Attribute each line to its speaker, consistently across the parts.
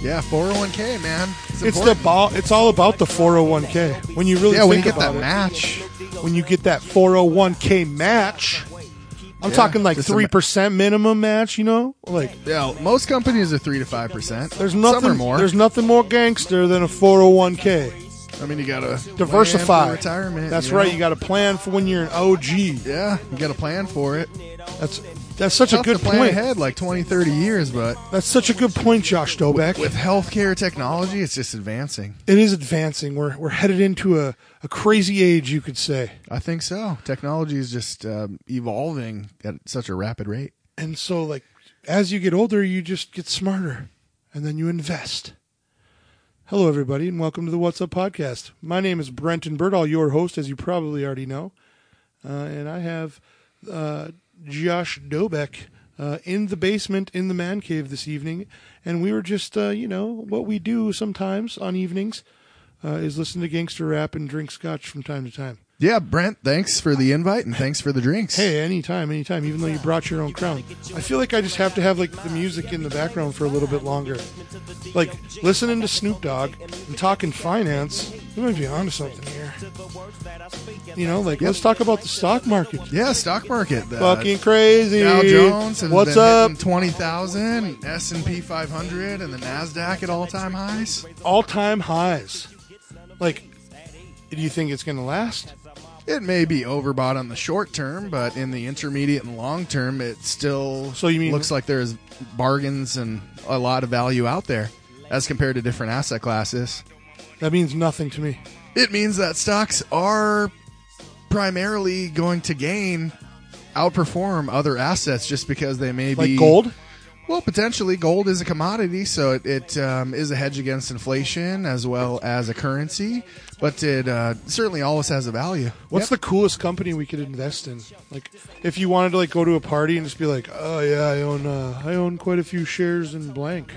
Speaker 1: Yeah, 401k, man. It's,
Speaker 2: It's the
Speaker 1: important.
Speaker 2: ball. It's all about the 401k. When you really
Speaker 1: Yeah,
Speaker 2: think
Speaker 1: when you get
Speaker 2: about
Speaker 1: that
Speaker 2: it,
Speaker 1: match.
Speaker 2: when you get that 401k match, I'm
Speaker 1: Yeah,
Speaker 2: talking like
Speaker 1: just a
Speaker 2: three percent minimum match. You know, like
Speaker 1: Yeah, most companies are 3 to 5%.
Speaker 2: there's
Speaker 1: Some
Speaker 2: nothing
Speaker 1: are more.
Speaker 2: There's nothing more gangster than a 401k.
Speaker 1: I mean, you got to
Speaker 2: Diversify
Speaker 1: retirement.
Speaker 2: That's
Speaker 1: you know?
Speaker 2: right. You got to plan for when you're an OG.
Speaker 1: Yeah, you got to plan for it.
Speaker 2: That's that's such a
Speaker 1: Tough
Speaker 2: good
Speaker 1: to plan
Speaker 2: point.
Speaker 1: ahead like 20, 30 years, but
Speaker 2: That's such a good point, Josh Dobeck.
Speaker 1: with healthcare technology, it's just advancing.
Speaker 2: it is advancing. We're we're headed into a, a crazy age, you could say.
Speaker 1: I think so. Technology is just um, evolving at such a rapid rate.
Speaker 2: And so, like, as you get older, you just get smarter and then you invest. Hello, everybody, and welcome to the What's Up Podcast. My name is Brenton Birdall, your host, as you probably already know. Uh, and I have uh, Josh Dobeck uh, in the basement in the man cave this evening. And we were just, uh, you know, what we do sometimes on evenings uh, is listen to gangster rap and drink scotch from time to time.
Speaker 1: Yeah, Brent, thanks for the invite and thanks for the drinks.
Speaker 2: Hey, anytime, anytime, even though you brought your own crown. I feel like I just have to have like the music in the background for a little bit longer. Like listening to Snoop Dogg and talking finance, we might be onto something here. You know, like let's talk about the stock market.
Speaker 1: Yeah, stock market. uh, The
Speaker 2: Fucking crazy.
Speaker 1: Dow Jones. And
Speaker 2: What's up?
Speaker 1: Twenty thousand. S and P five hundred and the Nasdaq at all time highs.
Speaker 2: All time highs. Like, do you think it's gonna last?
Speaker 1: It may be overbought on the short term, but in the intermediate and long term, it still
Speaker 2: So you mean-
Speaker 1: looks like there's bargains and a lot of value out there as compared to different asset classes.
Speaker 2: That means nothing to me.
Speaker 1: It means that stocks are primarily going to gain, outperform other assets just because they may be
Speaker 2: Like gold?
Speaker 1: Well, potentially, gold is a commodity, so it, it um, is a hedge against inflation as well as a currency. But it uh, certainly always has a value.
Speaker 2: What's the coolest company we could invest in? Like, if you wanted to like go to a party and just be like, oh yeah, I own uh, I own quite a few shares in blank.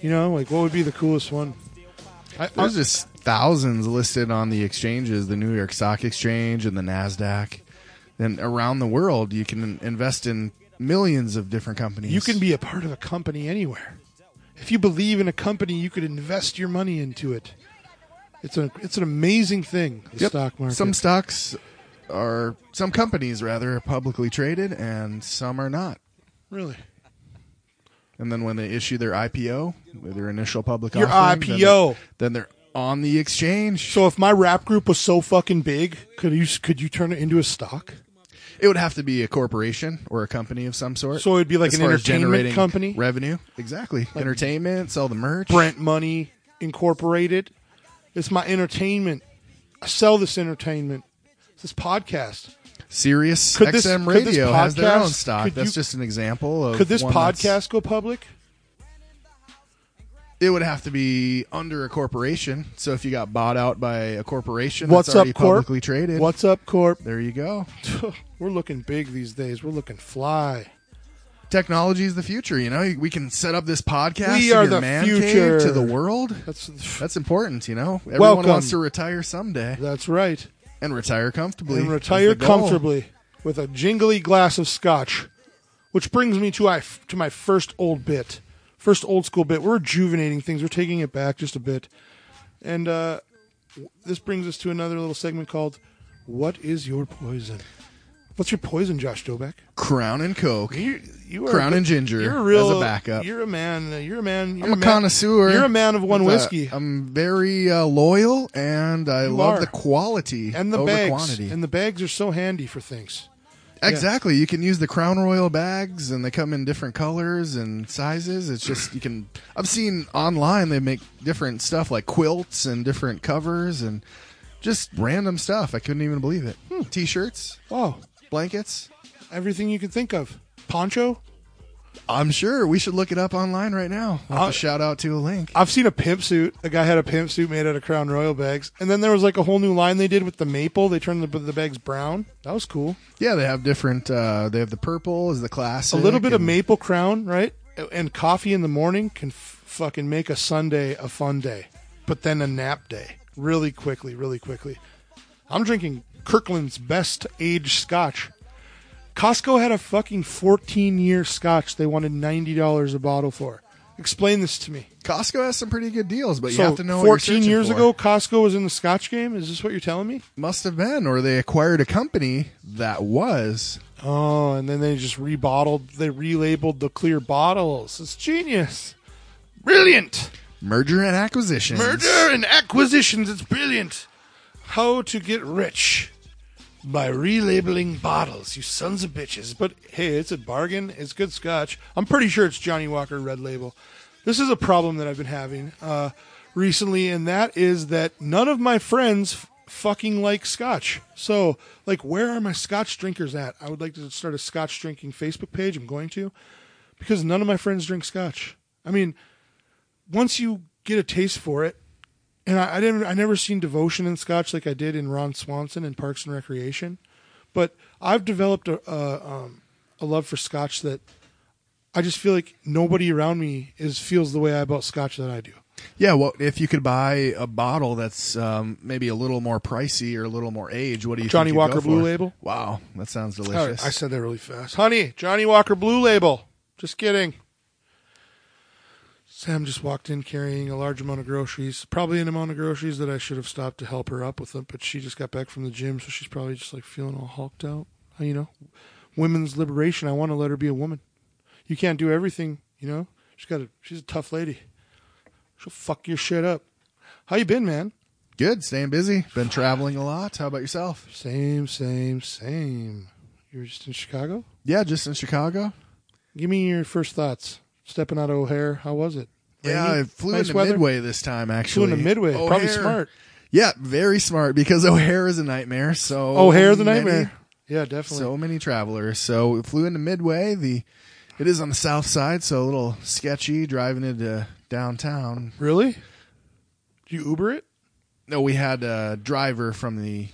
Speaker 2: You know, like what would be the coolest one? I,
Speaker 1: There's just thousands listed on the exchanges, the New York Stock Exchange and the Nasdaq. And around the world, you can invest in millions of different companies.
Speaker 2: you can be a part of a company anywhere. If you believe in a company, you could invest your money into it. It's a it's an amazing thing. The
Speaker 1: Yep.
Speaker 2: stock market.
Speaker 1: Some stocks are some companies rather are publicly traded, and some are not.
Speaker 2: really.
Speaker 1: And then when they issue their IPO, their initial public
Speaker 2: Your
Speaker 1: offering, then
Speaker 2: IPO.
Speaker 1: they're- then they're on the exchange.
Speaker 2: So if my rap group was so fucking big, could you could you turn it into a stock?
Speaker 1: It would have to be a corporation or a company of some sort.
Speaker 2: So it'd be like
Speaker 1: as
Speaker 2: an
Speaker 1: far as
Speaker 2: entertainment
Speaker 1: generating
Speaker 2: company?
Speaker 1: revenue. Exactly, entertainment, sell the merch.
Speaker 2: Brent Money Incorporated. It's my entertainment. I sell this entertainment. It's this podcast.
Speaker 1: Sirius
Speaker 2: Could
Speaker 1: XM
Speaker 2: this- could this
Speaker 1: Radio has their
Speaker 2: podcast-
Speaker 1: own stock.
Speaker 2: could
Speaker 1: that's
Speaker 2: you-
Speaker 1: just an example of.
Speaker 2: Could this
Speaker 1: one that's-
Speaker 2: podcast go public?
Speaker 1: It would have to be under a corporation. So if you got bought out by a corporation,
Speaker 2: What's
Speaker 1: that's already
Speaker 2: up, Corp?
Speaker 1: publicly traded.
Speaker 2: What's up, Corp?
Speaker 1: There you go.
Speaker 2: We're looking big these days. We're looking fly.
Speaker 1: Technology is the future. You know, we can set up this podcast.
Speaker 2: We
Speaker 1: in
Speaker 2: are
Speaker 1: your
Speaker 2: the
Speaker 1: man
Speaker 2: future.
Speaker 1: cave to the world.
Speaker 2: That's
Speaker 1: That's important. You know, everyone
Speaker 2: Welcome.
Speaker 1: wants to retire someday
Speaker 2: that's right.
Speaker 1: and retire comfortably.
Speaker 2: And
Speaker 1: is
Speaker 2: retire
Speaker 1: the goal.
Speaker 2: comfortably with a jingly glass of scotch, which brings me to I to my first old bit, first old school bit. We're rejuvenating things. We're taking it back just a bit, and uh, w- this brings us to another little segment called "What is your poison?" What's your poison, Josh Dobeck?
Speaker 1: Crown and Coke.
Speaker 2: You, you are
Speaker 1: Crown
Speaker 2: a-
Speaker 1: and ginger
Speaker 2: You're a real
Speaker 1: as a backup.
Speaker 2: You're a man. You're a man. You're
Speaker 1: I'm a
Speaker 2: man-
Speaker 1: connoisseur.
Speaker 2: You're a man of one
Speaker 1: Uh,
Speaker 2: whiskey
Speaker 1: I'm very uh, loyal, and I
Speaker 2: You
Speaker 1: love
Speaker 2: are.
Speaker 1: the quality
Speaker 2: and the
Speaker 1: over
Speaker 2: bags.
Speaker 1: quantity.
Speaker 2: And the bags are so handy for things.
Speaker 1: exactly, you can use the Crown Royal bags, and they come in different colors and sizes. It's just you can. I've seen online they make different stuff like quilts and different covers and just random stuff. I couldn't even believe it.
Speaker 2: Hmm.
Speaker 1: T-shirts,
Speaker 2: Oh,
Speaker 1: blankets.
Speaker 2: everything you can think of. Poncho.
Speaker 1: I'm sure we should look it up online right now. We'll have
Speaker 2: I'll-
Speaker 1: to shout out to a link.
Speaker 2: I've seen a pimp suit. A guy had a pimp suit made out of Crown Royal bags, and then there was like a whole new line they did with the maple. They turned the, the bags brown. That was cool.
Speaker 1: Yeah, they have different. Uh, they have the purple is the classic.
Speaker 2: a little bit of
Speaker 1: and-
Speaker 2: maple crown, right? And coffee in the morning can f- fucking make a Sunday a fun day, but then a nap day really quickly, really quickly. I'm drinking Kirkland's best aged scotch. Costco had a fucking 14 year scotch they wanted $90 a bottle for. Explain this to me.
Speaker 1: Costco has some pretty good deals, but you
Speaker 2: so
Speaker 1: have to know.
Speaker 2: 14
Speaker 1: what you're searching
Speaker 2: years
Speaker 1: for.
Speaker 2: ago, Costco was in the scotch game? Is this what you're telling me?
Speaker 1: must have been, or they acquired a company that was.
Speaker 2: Oh, and then they just rebottled, they relabeled the clear bottles. It's genius. Brilliant.
Speaker 1: Merger and acquisition.
Speaker 2: Murder and acquisitions. It's brilliant. How to get rich by relabeling bottles, you sons of bitches. But hey, it's a bargain. It's good scotch. I'm pretty sure it's Johnny Walker Red Label. This is a problem that I've been having uh, recently, and that is that none of my friends f- fucking like scotch. So, like, where are my scotch drinkers at? I would like to start a scotch drinking Facebook page. I'm going to because none of my friends drink scotch. I mean, once you get a taste for it, and I, I didn't, I never seen devotion in Scotch like I did in Ron Swanson and Parks and Recreation, but I've developed a a, um, a love for Scotch that I just feel like nobody around me is feels the way I about Scotch that I do.
Speaker 1: Yeah, well, if you could buy a bottle that's um, maybe a little more pricey or a little more age, what do you
Speaker 2: Johnny
Speaker 1: think you'd
Speaker 2: Walker
Speaker 1: go
Speaker 2: Blue
Speaker 1: for?
Speaker 2: Label?
Speaker 1: Wow, that sounds
Speaker 2: All right,
Speaker 1: delicious.
Speaker 2: I said that really fast, honey. Johnny Walker Blue Label. Just kidding. Sam just walked in carrying a large amount of groceries, probably an amount of groceries that I should have stopped to help her up with them, but she just got back from the gym, so she's probably just like feeling all hulked out. Uh, You know, women's liberation. I want to let her be a woman. You can't do everything, you know. She's got a she's a tough lady. She'll fuck your shit up. How you been, man?
Speaker 1: Good, staying busy. Been traveling a lot. How about yourself?
Speaker 2: Same, same, same. You were just in Chicago.
Speaker 1: Yeah, just in Chicago.
Speaker 2: Give me your first thoughts. Stepping out of O'Hare, how was it?
Speaker 1: Yeah, I
Speaker 2: Rainy?
Speaker 1: flew
Speaker 2: Nice
Speaker 1: into
Speaker 2: weather?
Speaker 1: Midway this time.
Speaker 2: Flew
Speaker 1: Actually,
Speaker 2: into Midway. Probably
Speaker 1: O'Hare.
Speaker 2: smart.
Speaker 1: Yeah, very smart because O'Hare is a nightmare. So
Speaker 2: O'Hare the
Speaker 1: many-
Speaker 2: nightmare. Yeah, definitely.
Speaker 1: So many travelers. So we flew into Midway. The it is on the south side, so a little sketchy driving into downtown.
Speaker 2: really? Did you Uber it?
Speaker 1: No, we had a driver from the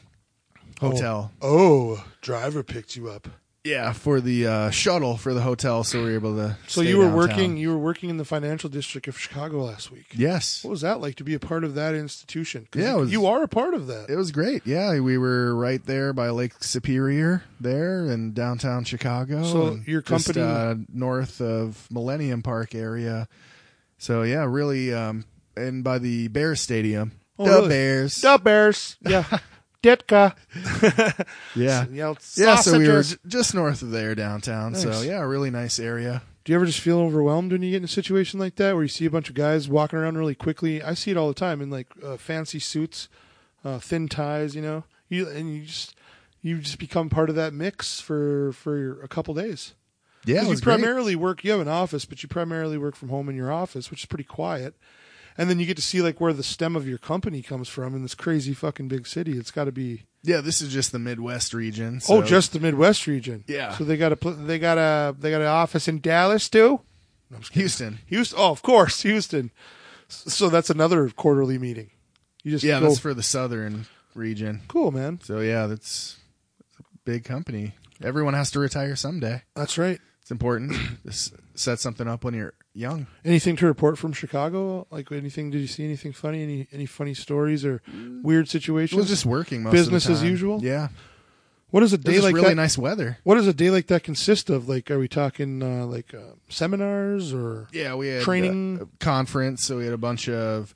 Speaker 1: hotel.
Speaker 2: Oh, driver picked you up.
Speaker 1: Yeah, for the uh, shuttle for the hotel, so we were able to.
Speaker 2: So
Speaker 1: stay
Speaker 2: you were
Speaker 1: downtown.
Speaker 2: working. You were working in the financial district of Chicago last week.
Speaker 1: Yes,
Speaker 2: What was that like to be a part of that institution? 'Cause
Speaker 1: Yeah,
Speaker 2: you,
Speaker 1: it was-
Speaker 2: you are a part of that.
Speaker 1: it was great. Yeah, we were right there by Lake Superior, there in downtown Chicago.
Speaker 2: So
Speaker 1: and
Speaker 2: your
Speaker 1: just,
Speaker 2: company-
Speaker 1: uh, north of Millennium Park area. So yeah, really, um, and by the Bears Stadium,
Speaker 2: Oh,
Speaker 1: the
Speaker 2: really?
Speaker 1: Bears.
Speaker 2: Da Bears. Yeah. Ditka.
Speaker 1: Yeah,
Speaker 2: Yelled
Speaker 1: yeah. So we were
Speaker 2: sausages.
Speaker 1: j- just north of there downtown. So
Speaker 2: Nice.
Speaker 1: yeah, really nice area.
Speaker 2: Do you ever just feel overwhelmed when you get in a situation like that where you see a bunch of guys walking around really quickly? I see it all the time in like uh, fancy suits, uh, thin ties, you know. You and you just you just become part of that mix for for a couple days.
Speaker 1: Yeah, it
Speaker 2: Because
Speaker 1: was
Speaker 2: you
Speaker 1: great.
Speaker 2: primarily work. You have an office, but you primarily work from home in your office, which is pretty quiet. And then you get to see like where the stem of your company comes from in this crazy fucking big city. It's got to be
Speaker 1: yeah, this is just the Midwest region.
Speaker 2: oh,
Speaker 1: so-
Speaker 2: just the Midwest region.
Speaker 1: Yeah.
Speaker 2: So they got a pl- they got a they got an office in Dallas too. No, I'm just kidding.
Speaker 1: Houston.
Speaker 2: Houston. Oh, of course, Houston. S- So that's another quarterly meeting. You just
Speaker 1: Yeah,
Speaker 2: go,
Speaker 1: that's for the southern region.
Speaker 2: cool, man.
Speaker 1: So yeah, that's it's a big company. Everyone has to retire someday.
Speaker 2: That's right.
Speaker 1: It's important. Just set something up when you're young.
Speaker 2: Anything to report from Chicago? Like anything? Did you see anything funny? Any any funny stories or weird
Speaker 1: It
Speaker 2: situations?
Speaker 1: was just working most
Speaker 2: Business
Speaker 1: of the
Speaker 2: as
Speaker 1: time.
Speaker 2: usual?
Speaker 1: Yeah,
Speaker 2: what is a
Speaker 1: it was
Speaker 2: day
Speaker 1: just
Speaker 2: like
Speaker 1: really
Speaker 2: that?
Speaker 1: nice weather.
Speaker 2: What does a day like that consist of? Like, are we talking uh, like uh, seminars or?
Speaker 1: Yeah, we had
Speaker 2: Training?
Speaker 1: uh, conference, so we had a bunch of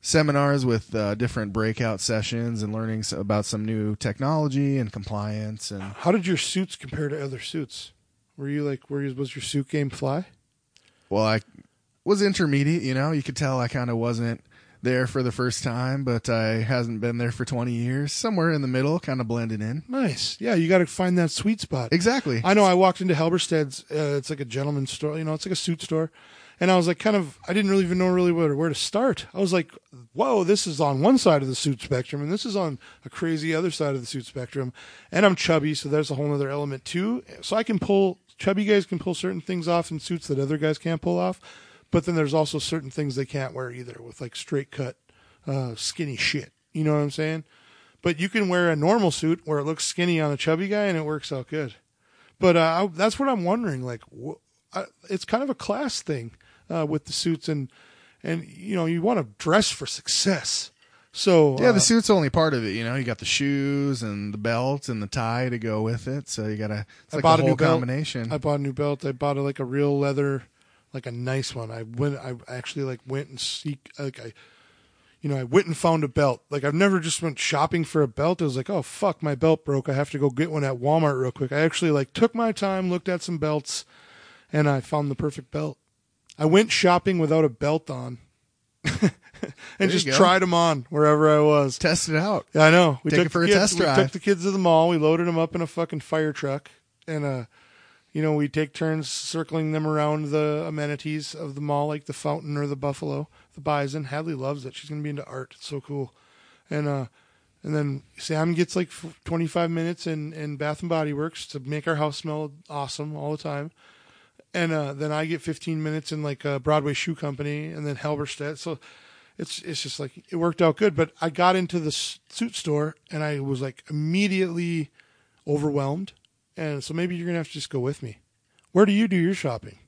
Speaker 1: seminars with uh, different breakout sessions and learning s- about some new technology and compliance and
Speaker 2: How did your suits compare to other suits? Were you like, where was your suit game fly?
Speaker 1: well i was intermediate you know you could tell i kind of wasn't there for the first time but i hasn't been there for 20 years somewhere in the middle kind of blending in
Speaker 2: Nice. Yeah, you got to find that sweet spot.
Speaker 1: exactly
Speaker 2: I know I walked into Halbersted's. Uh, it's like a gentleman's store. You know, it's like a suit store. And I was like, kind of, I didn't really even know really where, where to start. I was like, whoa, this is on one side of the suit spectrum, and this is on a crazy other side of the suit spectrum. And I'm chubby, so there's a whole other element too. So I can pull chubby guys can pull certain things off in suits that other guys can't pull off, but then there's also certain things they can't wear either with like straight cut, uh, skinny shit. You know what I'm saying? But you can wear a normal suit where it looks skinny on a chubby guy and it works out good. But uh, I, that's what I'm wondering. Like, wh- I, it's kind of a class thing uh, with the suits, and and you know you want to dress for success. So
Speaker 1: Yeah,
Speaker 2: uh,
Speaker 1: the suit's only part of it. You know, you got the shoes and the belt and the tie to go with it. So you got to. It's
Speaker 2: I
Speaker 1: like
Speaker 2: bought
Speaker 1: a
Speaker 2: a
Speaker 1: whole
Speaker 2: new belt.
Speaker 1: combination.
Speaker 2: I bought a new belt. I bought a, like a real leather, like a nice one. I went. I actually like went and seek. Like I, you know, I went and found a belt. Like I've never just went shopping for a belt. I was like, oh fuck, my belt broke. I have to go get one at Walmart real quick. I actually like took my time, looked at some belts, and I found the perfect belt. I went shopping without a belt on, and
Speaker 1: you
Speaker 2: just
Speaker 1: go.
Speaker 2: tried them on wherever I was.
Speaker 1: Test it out.
Speaker 2: Yeah, I know. We
Speaker 1: Take it for
Speaker 2: the
Speaker 1: a
Speaker 2: kids,
Speaker 1: test
Speaker 2: We
Speaker 1: drive.
Speaker 2: took the kids to the mall. We loaded them up in a fucking fire truck, and uh, you know, we take turns circling them around the amenities of the mall, like the fountain or the buffalo, the bison. Hadley loves it. She's gonna be into art. It's so cool, and uh, and then Sam gets like f- 25 minutes in in Bath and Body Works to make our house smell awesome all the time. And uh, then I get 15 minutes in like uh, Broadway Shoe Company, and then Halberstadt. So it's it's just like it worked out good. But I got into the s- suit store and I was like immediately overwhelmed. And so maybe you're gonna have to just go with me. Where do you do your shopping?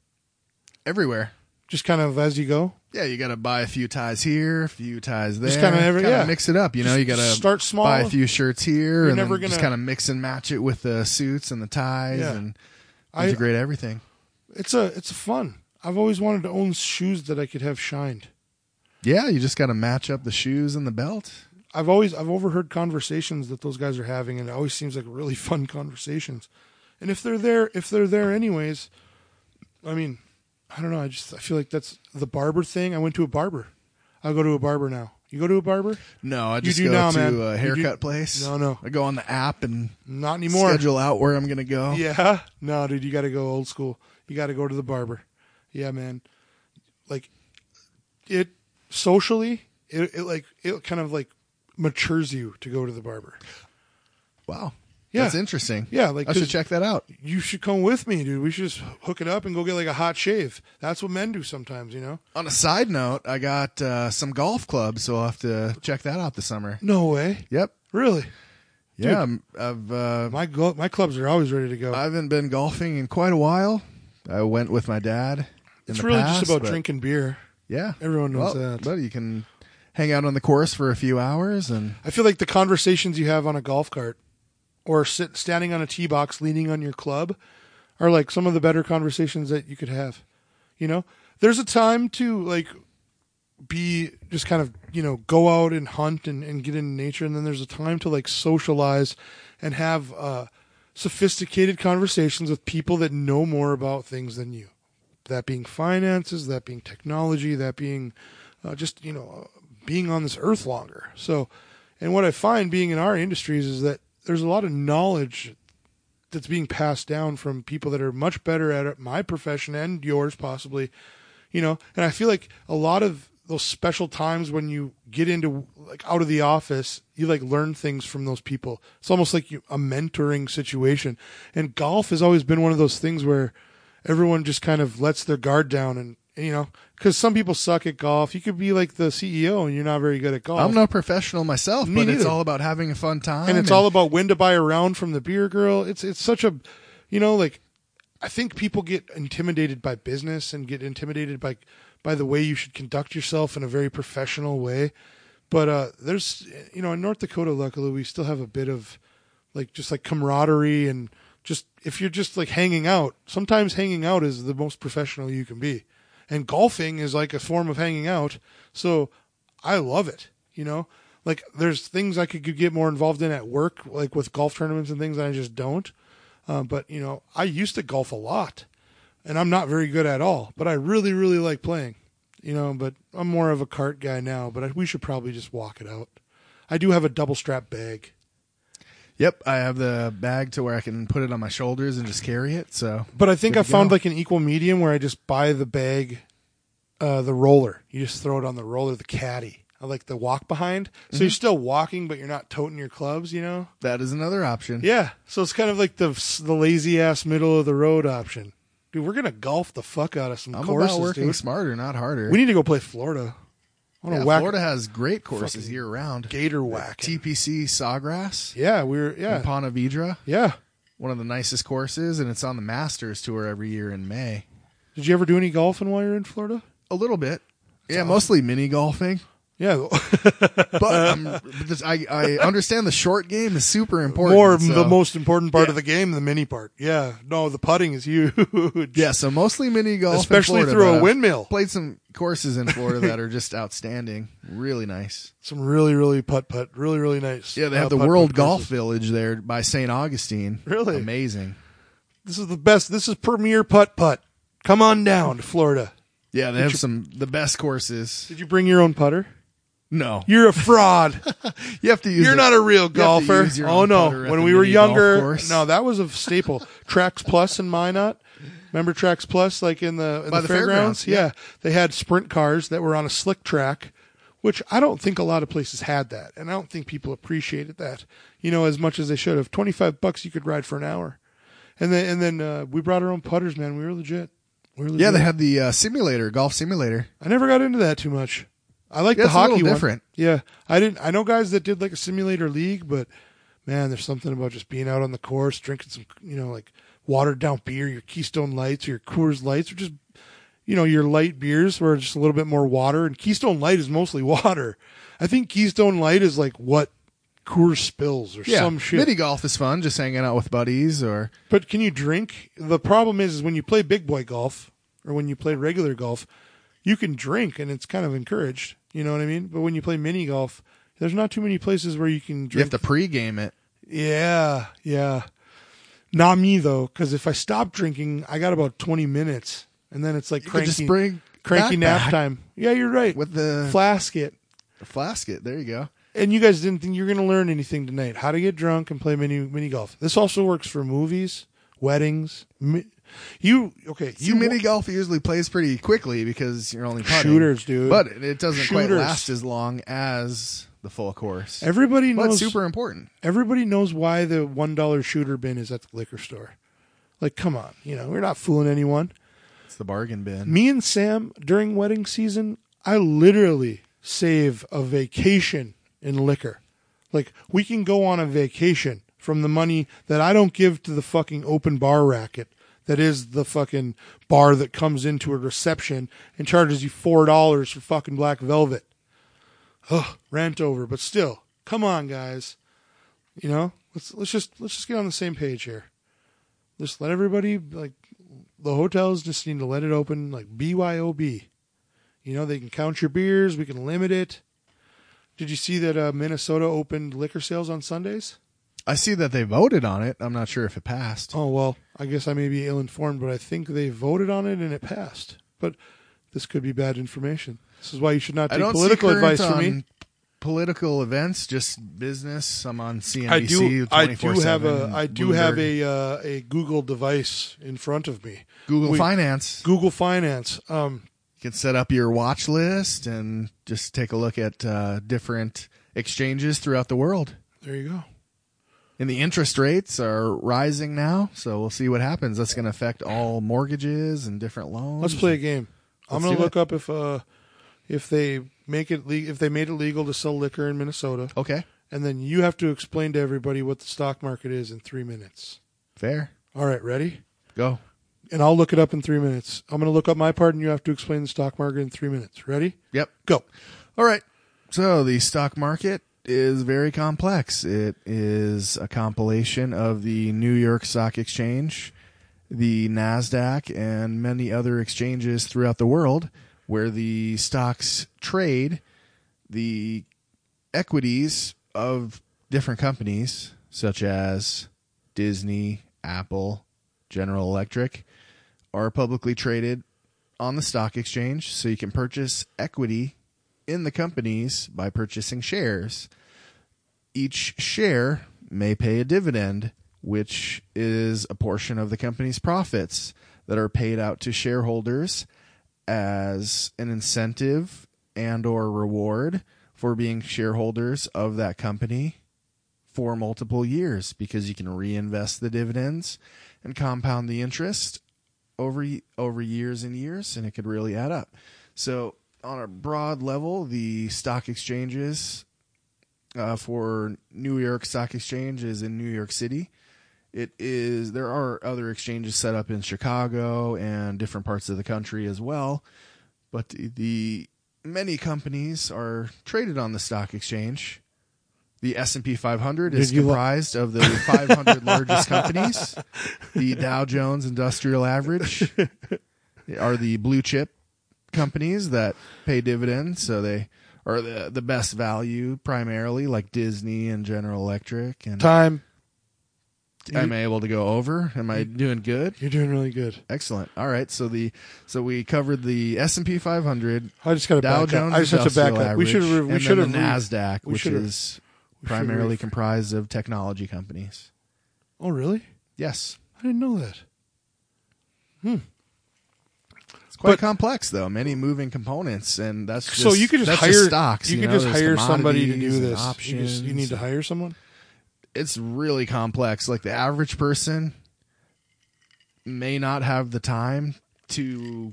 Speaker 1: Everywhere.
Speaker 2: Just kind of as you go.
Speaker 1: Yeah, you got to buy a few ties here, a few ties there.
Speaker 2: Just kinda every- yeah.
Speaker 1: mix it up. You know,
Speaker 2: Just
Speaker 1: you got to
Speaker 2: start small.
Speaker 1: buy a few shirts here and
Speaker 2: never
Speaker 1: then just
Speaker 2: gonna-
Speaker 1: kind of mix and match it with the suits and the ties
Speaker 2: Yeah.
Speaker 1: and
Speaker 2: I-
Speaker 1: integrate everything.
Speaker 2: It's a it's fun. I've always wanted to own shoes that I could have shined.
Speaker 1: Yeah, you just got to match up the shoes and the belt.
Speaker 2: I've always I've overheard conversations that those guys are having, and it always seems like really fun conversations. And if they're there, if they're there anyways, I mean, I don't know. I just I feel like that's the barber thing. I went to a barber. I go to a barber now. You go to a barber?
Speaker 1: No, I just
Speaker 2: do
Speaker 1: go
Speaker 2: now,
Speaker 1: to
Speaker 2: man. You
Speaker 1: a
Speaker 2: do-
Speaker 1: haircut place.
Speaker 2: No, no.
Speaker 1: I go on the app and
Speaker 2: Not anymore.
Speaker 1: schedule out where I'm going to go.
Speaker 2: Yeah. No, dude, you got to go old school. You got to go to the barber. Yeah, man. Like it socially, it, it like it kind of like matures you to go to the barber.
Speaker 1: Wow.
Speaker 2: Yeah.
Speaker 1: That's interesting.
Speaker 2: Yeah, like
Speaker 1: I should
Speaker 2: 'cause-
Speaker 1: check that out.
Speaker 2: you should come with me, dude. We should just hook it up and go get like a hot shave. That's what men do sometimes, you know?
Speaker 1: On a side note, I got uh, some golf clubs, so I'll have to check that out this summer.
Speaker 2: No way.
Speaker 1: Yep.
Speaker 2: Really? Dude.
Speaker 1: Yeah, I'm, I've uh,
Speaker 2: My go- my clubs are always ready to go.
Speaker 1: I haven't been golfing in quite a while. I went with my dad. In
Speaker 2: it's
Speaker 1: the
Speaker 2: really
Speaker 1: past,
Speaker 2: just about
Speaker 1: but-
Speaker 2: drinking beer.
Speaker 1: Yeah,
Speaker 2: Everyone knows that.
Speaker 1: But you can hang out on the course for a few hours, and
Speaker 2: I feel like the conversations you have on a golf cart or sit standing on a tee box leaning on your club are like some of the better conversations that you could have. You know? There's a time to like be just kind of, you know, go out and hunt and, and get in nature and then there's a time to like socialize and have uh sophisticated conversations with people that know more about things than you. That being finances, that being technology, that being uh, just, you know, uh, being on this earth longer. So, and what I find being in our industries is that there's a lot of knowledge that's being passed down from people that are much better at it, my profession and yours possibly, you know. And I feel like a lot of those special times when you get into like out of the office, you like learn things from those people. It's almost like you, a mentoring situation. And golf has always been one of those things where everyone just kind of lets their guard down and you know, because some people suck at golf. You could be like the CEO and you're not very good at golf.
Speaker 1: I'm no professional myself,
Speaker 2: Oh. Me
Speaker 1: but it's
Speaker 2: neither.
Speaker 1: all about having a fun time,
Speaker 2: and it's all about when to buy a round from the beer girl. It's it's such a, you know, like I think people get intimidated by business and get intimidated by by the way you should conduct yourself in a very professional way. But uh, there's you know in North Dakota, luckily we still have a bit of like just like camaraderie and just if you're just like hanging out. Sometimes hanging out is the most professional you can be, and golfing is like a form of hanging out. So I love it. You know, like there's things I could get more involved in at work, like with golf tournaments and things, and I just don't. Um, but you know, I used to golf a lot, and I'm not very good at all. But I really, really like playing. You know, but I'm more of a cart guy now. But I, we should probably just walk it out. I do have a double strap bag.
Speaker 1: Yep, I have the bag to where I can put it on my shoulders and just carry it. So
Speaker 2: But I think
Speaker 1: Good
Speaker 2: I
Speaker 1: to
Speaker 2: found
Speaker 1: go.
Speaker 2: like an equal medium where I just buy the bag, uh, the roller. You just throw it on the roller, the caddy. I like the walk behind. So you're still walking, but you're not toting your clubs, you know?
Speaker 1: That is another option.
Speaker 2: Yeah. So it's kind of like the the lazy ass middle of the road option. Dude, we're gonna golf the fuck out of some
Speaker 1: I'm
Speaker 2: courses,
Speaker 1: about working
Speaker 2: dude.
Speaker 1: smarter, not harder.
Speaker 2: We need to go play Florida. I want to
Speaker 1: yeah,
Speaker 2: whack
Speaker 1: Florida has great courses
Speaker 2: Fucking
Speaker 1: year round.
Speaker 2: gator whack.
Speaker 1: TPC Sawgrass
Speaker 2: yeah, we were yeah
Speaker 1: in Ponte Vedra,
Speaker 2: yeah.
Speaker 1: one of the nicest courses, and it's on the Masters tour every year in May.
Speaker 2: Did you ever do any golfing while you're in Florida?
Speaker 1: A little bit. yeah, mostly mini golfing.
Speaker 2: Yeah,
Speaker 1: But I'm, but I, I understand the short game is super important.
Speaker 2: more
Speaker 1: so-
Speaker 2: the most important part of the game, the mini part. Yeah, no, the putting is huge.
Speaker 1: Yeah, so mostly mini golf, in
Speaker 2: Especially
Speaker 1: Florida,
Speaker 2: through
Speaker 1: but
Speaker 2: a
Speaker 1: I've
Speaker 2: windmill.
Speaker 1: Played some courses in Florida that are just outstanding, really nice.
Speaker 2: Some really, really putt putt, really, really nice.
Speaker 1: Yeah, they
Speaker 2: uh,
Speaker 1: have the
Speaker 2: putt-putt
Speaker 1: World Golf
Speaker 2: courses.
Speaker 1: Village there by St. Augustine.
Speaker 2: Really?
Speaker 1: amazing.
Speaker 2: This is the best. This is premier putt putt. Come on down to Florida.
Speaker 1: Yeah, they have some the best courses.
Speaker 2: Did you bring your own putter?
Speaker 1: No,
Speaker 2: You're a fraud.
Speaker 1: you have to use.
Speaker 2: You're
Speaker 1: it.
Speaker 2: not a real
Speaker 1: have to
Speaker 2: golfer.
Speaker 1: use your
Speaker 2: Oh
Speaker 1: own
Speaker 2: no!
Speaker 1: putter at
Speaker 2: When
Speaker 1: the
Speaker 2: we were
Speaker 1: mini golf
Speaker 2: younger,
Speaker 1: course.
Speaker 2: no, that was a staple. Trax Plus and Minot. Remember Trax Plus, like in the in
Speaker 1: By
Speaker 2: the,
Speaker 1: the
Speaker 2: fairgrounds?
Speaker 1: fairgrounds,
Speaker 2: Yeah.
Speaker 1: yeah.
Speaker 2: they had sprint cars that were on a slick track, which I don't think a lot of places had that, and I don't think people appreciated that, you know, as much as they should have. Twenty five bucks, you could ride for an hour, and then and then uh, we brought our own putters, man. We were legit. We were legit.
Speaker 1: Yeah, they had the uh, simulator, golf simulator.
Speaker 2: I never got into that too much. I like
Speaker 1: Yeah,
Speaker 2: the
Speaker 1: it's a
Speaker 2: hockey
Speaker 1: little
Speaker 2: one.
Speaker 1: different.
Speaker 2: Yeah, I didn't. I know guys that did like a simulator league, but man, there's something about just being out on the course, drinking some, you know, like watered down beer, your Keystone Lights, or your Coors Lights, or just, you know, your light beers where it's just a little bit more water. And Keystone Light is mostly water. I think Keystone Light is like what Coors spills or
Speaker 1: Yeah,
Speaker 2: some shit.
Speaker 1: mini golf is fun, just hanging out with buddies or
Speaker 2: But can you drink? The problem is, is when you play big boy golf or when you play regular golf, you can drink and it's kind of encouraged. You know what I mean? But when you play mini golf, there's not too many places where you can
Speaker 1: you have
Speaker 2: drink.
Speaker 1: to pregame it.
Speaker 2: yeah, yeah. Not me though, because if I stop drinking, I got about 20 minutes, and then it's like
Speaker 1: You could
Speaker 2: cranky,
Speaker 1: just bring
Speaker 2: cranky nap
Speaker 1: backpack
Speaker 2: time. Yeah, you're right.
Speaker 1: with the
Speaker 2: Flask it.
Speaker 1: flasket. There you go.
Speaker 2: And you guys didn't think you were going to learn anything tonight? How to get drunk and play mini mini golf. This also works for movies, weddings. Mi- you okay?
Speaker 1: You
Speaker 2: You
Speaker 1: mini golf usually plays pretty quickly because you're only putting.
Speaker 2: shooters, dude.
Speaker 1: but it it doesn't quite
Speaker 2: Shooters.
Speaker 1: last as long as the full course.
Speaker 2: everybody
Speaker 1: but
Speaker 2: knows.
Speaker 1: super important.
Speaker 2: everybody knows why the one dollar shooter bin is at the liquor store. Like, come on, you know we're not fooling anyone.
Speaker 1: It's the bargain bin.
Speaker 2: Me and Sam during wedding season, I literally save a vacation in liquor. Like we can go on a vacation from the money that I don't give to the fucking open bar racket that is the fucking bar that comes into a reception and charges you four dollars for fucking black velvet. Ugh, rant over, but still, come on guys. You know? Let's let's just let's just get on the same page here. Just let everybody like the hotels just need to let it open like BYOB. You know, they can count your beers, we can limit it. Did you see that uh, Minnesota opened liquor sales on Sundays?
Speaker 1: I see that they voted on it. I'm not sure if it passed.
Speaker 2: Oh, well, I guess I may be ill informed, but I think they voted on it and it passed. But this could be bad information. This is why you should not
Speaker 1: I
Speaker 2: take
Speaker 1: don't
Speaker 2: political
Speaker 1: see current
Speaker 2: advice from
Speaker 1: on
Speaker 2: me.
Speaker 1: Political events, just business. I'm on CNBC.
Speaker 2: I do, I do
Speaker 1: 24/7,
Speaker 2: have a, I do have
Speaker 1: Bloomberg,
Speaker 2: a, uh, a Google device in front of me.
Speaker 1: Google
Speaker 2: we-
Speaker 1: Finance.
Speaker 2: Google Finance. Um,
Speaker 1: You can set up your watch list and just take a look at uh, different exchanges throughout the world.
Speaker 2: there you go.
Speaker 1: And the interest rates are rising now, so we'll see what happens. That's going to affect all mortgages and different loans.
Speaker 2: Let's play a game. I'm
Speaker 1: Let's
Speaker 2: gonna
Speaker 1: do
Speaker 2: look up if uh if they make it le- if they made it legal to sell liquor in Minnesota,
Speaker 1: Okay,
Speaker 2: and then you have to explain to everybody what the stock market is in three minutes.
Speaker 1: fair.
Speaker 2: All right, ready?
Speaker 1: Go.
Speaker 2: And I'll look it up in three minutes. I'm gonna look up my part, and you have to explain the stock market in three minutes. Ready?
Speaker 1: Yep.
Speaker 2: Go.
Speaker 1: All right. So the stock market is very complex. It is a compilation of the New York Stock Exchange, the NASDAQ, and many other exchanges throughout the world where the stocks trade the equities of different companies such as Disney, Apple, General Electric are publicly traded on the stock exchange, so you can purchase equity in the companies by purchasing shares. Each share may pay a dividend, which is a portion of the company's profits that are paid out to shareholders as an incentive and or reward for being shareholders of that company for multiple years because you can reinvest the dividends and compound the interest over over years and years and it could really add up. So on a broad level, the stock exchanges uh, for New York Stock Exchange is in New York City. It is there are other exchanges set up in Chicago and different parts of the country as well, but the, the many companies are traded on the stock exchange. The S and P 500 is
Speaker 2: Did you lo-
Speaker 1: comprised of the 500 largest companies. The Dow Jones Industrial Average are the blue chip companies that pay dividends, so they are the the best value primarily, like Disney and General Electric. And
Speaker 2: Time.
Speaker 1: am I able to go over? Am I doing good?
Speaker 2: You're doing really good.
Speaker 1: Excellent. All right. So the so we covered the S and P 500,
Speaker 2: I just got to
Speaker 1: Dow
Speaker 2: back up.
Speaker 1: Jones
Speaker 2: I just have to back
Speaker 1: Industrial
Speaker 2: up.
Speaker 1: Average,
Speaker 2: We should have.
Speaker 1: and
Speaker 2: We
Speaker 1: then
Speaker 2: should have.
Speaker 1: the
Speaker 2: re-
Speaker 1: Nasdaq,
Speaker 2: we
Speaker 1: which
Speaker 2: should've-
Speaker 1: is
Speaker 2: we should've
Speaker 1: primarily
Speaker 2: re-
Speaker 1: comprised of technology companies.
Speaker 2: Oh, really?
Speaker 1: Yes.
Speaker 2: I didn't know that.
Speaker 1: It's quite
Speaker 2: But-
Speaker 1: complex, though. Many moving components, and that's just,
Speaker 2: so you could just
Speaker 1: that's
Speaker 2: hire
Speaker 1: stocks.
Speaker 2: You,
Speaker 1: You,
Speaker 2: could
Speaker 1: know,
Speaker 2: just
Speaker 1: there's
Speaker 2: hire somebody to
Speaker 1: commodities
Speaker 2: do
Speaker 1: and
Speaker 2: this. You,
Speaker 1: Options.
Speaker 2: just, you need to hire someone.
Speaker 1: it's really complex. Like the average person may not have the time to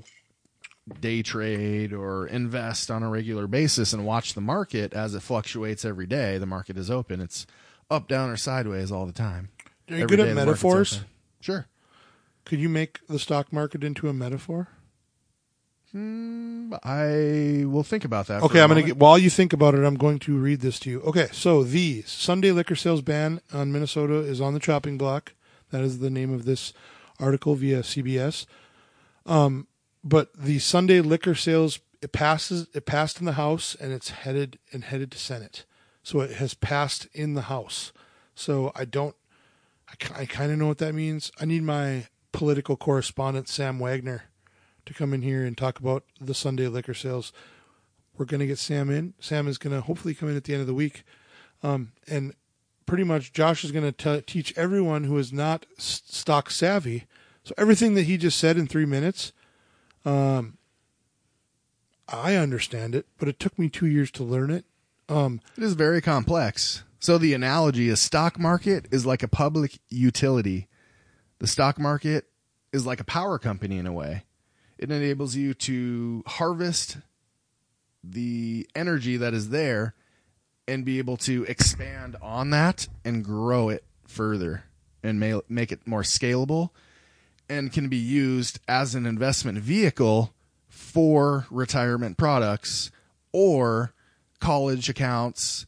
Speaker 1: day trade or invest on a regular basis and watch the market as it fluctuates every day. The market is open. It's up, down, or sideways all the time.
Speaker 2: Are you
Speaker 1: Every
Speaker 2: good
Speaker 1: day the
Speaker 2: at
Speaker 1: market's
Speaker 2: metaphors?
Speaker 1: open. Sure.
Speaker 2: Could you make the stock market into a metaphor?
Speaker 1: Hmm, I will think about that. for
Speaker 2: Okay,
Speaker 1: a
Speaker 2: I'm going to
Speaker 1: moment.
Speaker 2: get while you think about it, I'm going to read this to you. Okay, so the Sunday liquor sales ban on Minnesota is on the chopping block. That is the name of this article via CBS. Um, but the Sunday liquor sales it passes it passed in the House and it's headed and headed to Senate. So it has passed in the House. So I don't I, ki- I kind of know what that means. I need my political correspondent Sam Wagner to come in here and talk about the Sunday liquor sales. We're going to get Sam in. Sam is going to hopefully come in at the end of the week, um, and pretty much Josh is going to teach everyone who is not s- stock savvy. So everything that he just said in three minutes, um, I understand it, but it took me two years to learn it. Um,
Speaker 1: It is very complex. So the analogy is stock market is like a public utility. The stock market is like a power company in a way. It enables you to harvest the energy that is there and be able to expand on that and grow it further and ma- make it more scalable and can be used as an investment vehicle for retirement products or college accounts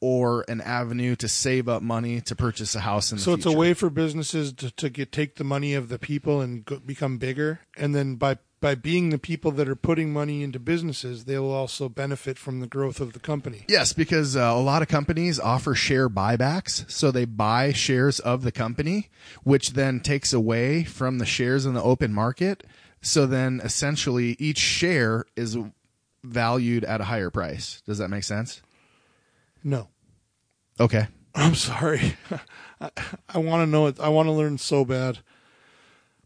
Speaker 1: or an avenue to save up money to purchase a house in the
Speaker 2: so it's a
Speaker 1: future.
Speaker 2: way for businesses to, to get take the money of the people and go, become bigger, and then by by being the people that are putting money into businesses, they will also benefit from the growth of the company.
Speaker 1: Yes, because uh, a lot of companies offer share buybacks. So they buy shares of the company, which then takes away from the shares in the open market. So then essentially each share is valued at a higher price. Does that make sense?
Speaker 2: No.
Speaker 1: Okay.
Speaker 2: I'm sorry. I, I want to know it. I want to learn so bad.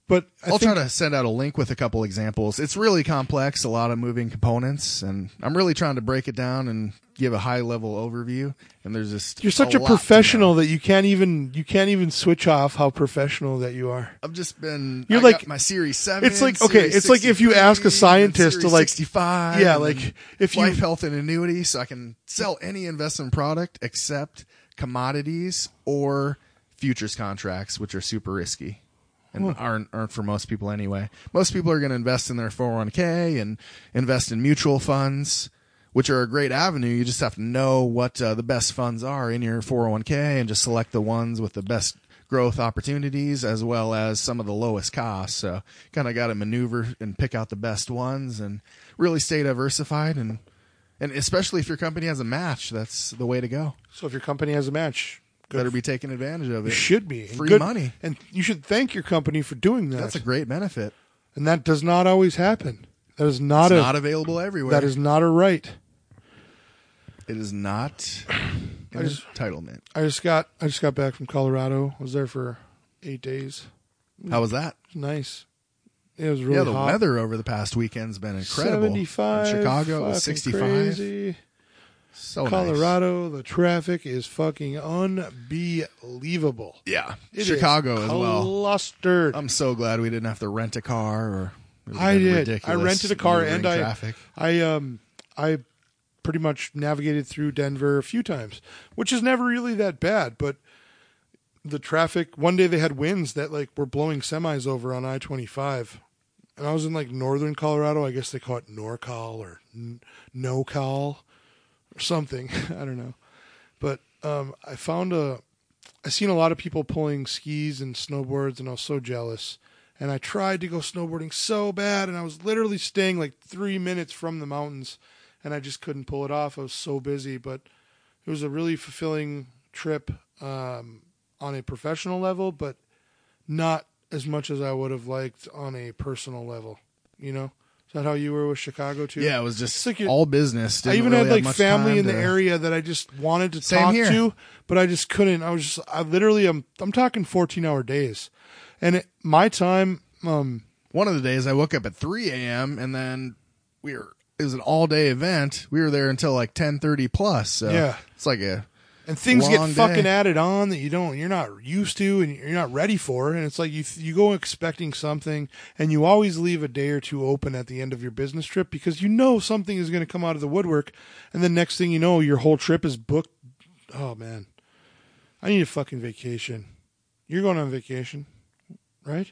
Speaker 2: But I
Speaker 1: I will
Speaker 2: think,
Speaker 1: try to send out a link with a couple examples. It's really complex, a lot of moving components, and I'm really trying to break it down and give a high level overview. And there's just
Speaker 2: you're such a,
Speaker 1: lot to know.
Speaker 2: professional that you can't even you can't even switch off how professional that you are.
Speaker 1: I've just been.
Speaker 2: You're
Speaker 1: I
Speaker 2: like-
Speaker 1: got my Series Seven.
Speaker 2: it's like- okay, it's like if you ask a scientist to, like-
Speaker 1: sixty five.
Speaker 2: yeah, like if you
Speaker 1: life, health, and annuity, so I can sell any investment product except commodities or futures contracts, which are super risky and aren't aren't for most people anyway. Most people are going to invest in their 401k and invest in mutual funds, which are a great avenue. You just have to know what uh, the best funds are in your 401k and just select the ones with the best growth opportunities as well as some of the lowest costs. So kind of got to maneuver and pick out the best ones and really stay diversified and and especially if your company has a match, that's the way to go.
Speaker 2: so if your company has a match, good.
Speaker 1: Better be taking advantage of
Speaker 2: You
Speaker 1: it.
Speaker 2: should be And
Speaker 1: Free
Speaker 2: good-
Speaker 1: money.
Speaker 2: and you should thank your company for doing that.
Speaker 1: That's a great benefit.
Speaker 2: and that does not always happen. That is not
Speaker 1: It's
Speaker 2: a
Speaker 1: not available everywhere.
Speaker 2: that is not a right.
Speaker 1: It is not an
Speaker 2: just-
Speaker 1: entitlement.
Speaker 2: I just got I just got back from Colorado. Was there for eight days.
Speaker 1: How was that?
Speaker 2: It was nice. It was really
Speaker 1: yeah, the
Speaker 2: hot.
Speaker 1: weather over the past weekend's been incredible. In
Speaker 2: 75
Speaker 1: Chicago it was
Speaker 2: fucking
Speaker 1: 65.
Speaker 2: crazy.
Speaker 1: So Oh, nice.
Speaker 2: Colorado, the traffic is fucking unbelievable.
Speaker 1: Yeah.
Speaker 2: It is
Speaker 1: Chicago as well.
Speaker 2: Clustered.
Speaker 1: I'm so glad we didn't have to rent a car or it would've
Speaker 2: I
Speaker 1: been
Speaker 2: did. I
Speaker 1: ridiculous
Speaker 2: rented a car and
Speaker 1: maneuvering
Speaker 2: I
Speaker 1: traffic.
Speaker 2: I um I pretty much navigated through Denver a few times, which is never really that bad, but the traffic one day they had winds that like were blowing semis over on I-25. And I was in like northern Colorado, I guess they call it NorCal or N- NoCal or something. I don't know. But um I found a I seen a lot of people pulling skis and snowboards, and I was so jealous. And I tried to go snowboarding so bad, and I was literally staying like three minutes from the mountains, and I just couldn't pull it off. I was so busy, but it was a really fulfilling trip um, on a professional level, but not as much as I would have liked on a personal level. You know, is that how you were with Chicago too?
Speaker 1: Yeah, it was just
Speaker 2: It's like you-
Speaker 1: all business.
Speaker 2: I
Speaker 1: Didn't
Speaker 2: even
Speaker 1: really have
Speaker 2: had like
Speaker 1: much
Speaker 2: family
Speaker 1: time
Speaker 2: in the
Speaker 1: to-
Speaker 2: area that I just wanted to
Speaker 1: Same
Speaker 2: talk
Speaker 1: here.
Speaker 2: to, but I just couldn't. I was just I literally I'm I'm talking 14 hour days, and it, my time um
Speaker 1: One of the days I woke up at 3 a.m. and then we were. It was an all-day event. We were there until like 10:30 plus. So
Speaker 2: Yeah.
Speaker 1: it's like a
Speaker 2: and things
Speaker 1: Long
Speaker 2: get fucking
Speaker 1: day.
Speaker 2: added on that you don't you're not used to and you're not ready for, and it's like you you go expecting something and you always leave a day or two open at the end of your business trip because you know something is going to come out of the woodwork, and the next thing you know your whole trip is booked. Oh man, I need a fucking vacation. You're going on vacation, right?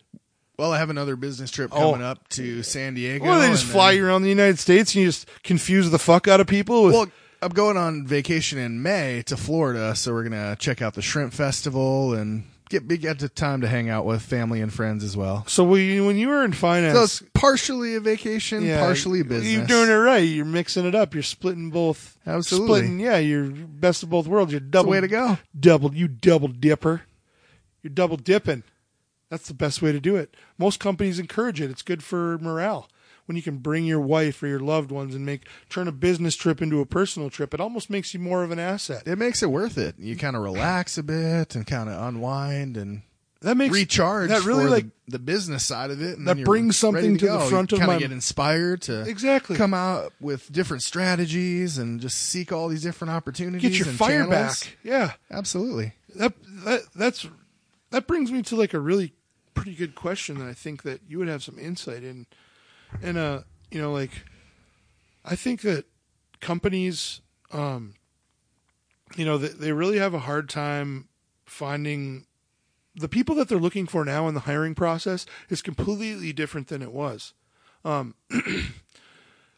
Speaker 1: Well, I have another business trip
Speaker 2: Oh.
Speaker 1: coming up to San Diego.
Speaker 2: Or they just
Speaker 1: and
Speaker 2: fly
Speaker 1: then-
Speaker 2: you around the United States and you just confuse the fuck out of people with
Speaker 1: Well, I'm going on vacation in May to Florida, so we're gonna check out the shrimp festival and get we get the time to hang out with family and friends as well.
Speaker 2: so when you, when you were in
Speaker 1: So
Speaker 2: finance
Speaker 1: it's partially a vacation,
Speaker 2: yeah,
Speaker 1: partially business.
Speaker 2: You're doing it right. You're mixing it up. You're splitting both.
Speaker 1: Absolutely.
Speaker 2: Splitting, yeah, you're best of both worlds. You're
Speaker 1: That's
Speaker 2: double
Speaker 1: the way to go.
Speaker 2: Double you double dipper. You're double dipping. That's the best way to do it. Most companies encourage it. It's good for morale. When you can bring your wife or your loved ones and make turn a business trip into a personal trip, it almost makes you more of an asset.
Speaker 1: It makes it worth it. You kind of relax a bit and kind of unwind and
Speaker 2: That makes
Speaker 1: recharge.
Speaker 2: That really
Speaker 1: for
Speaker 2: like
Speaker 1: the, the business side of it. And
Speaker 2: that
Speaker 1: then you're
Speaker 2: brings something
Speaker 1: ready
Speaker 2: to the
Speaker 1: go. You
Speaker 2: front of
Speaker 1: kinda
Speaker 2: my-
Speaker 1: Get inspired to
Speaker 2: Exactly.
Speaker 1: come out with different strategies and just seek all these different opportunities.
Speaker 2: Get your
Speaker 1: and
Speaker 2: fire
Speaker 1: channels.
Speaker 2: back. Yeah.
Speaker 1: Absolutely.
Speaker 2: That that that's that brings me to like a really pretty good question that I think that you would have some insight in. And uh, you know, like I think that companies um you know, they, they really have a hard time finding the people that they're looking for now in the hiring process is completely different than it was.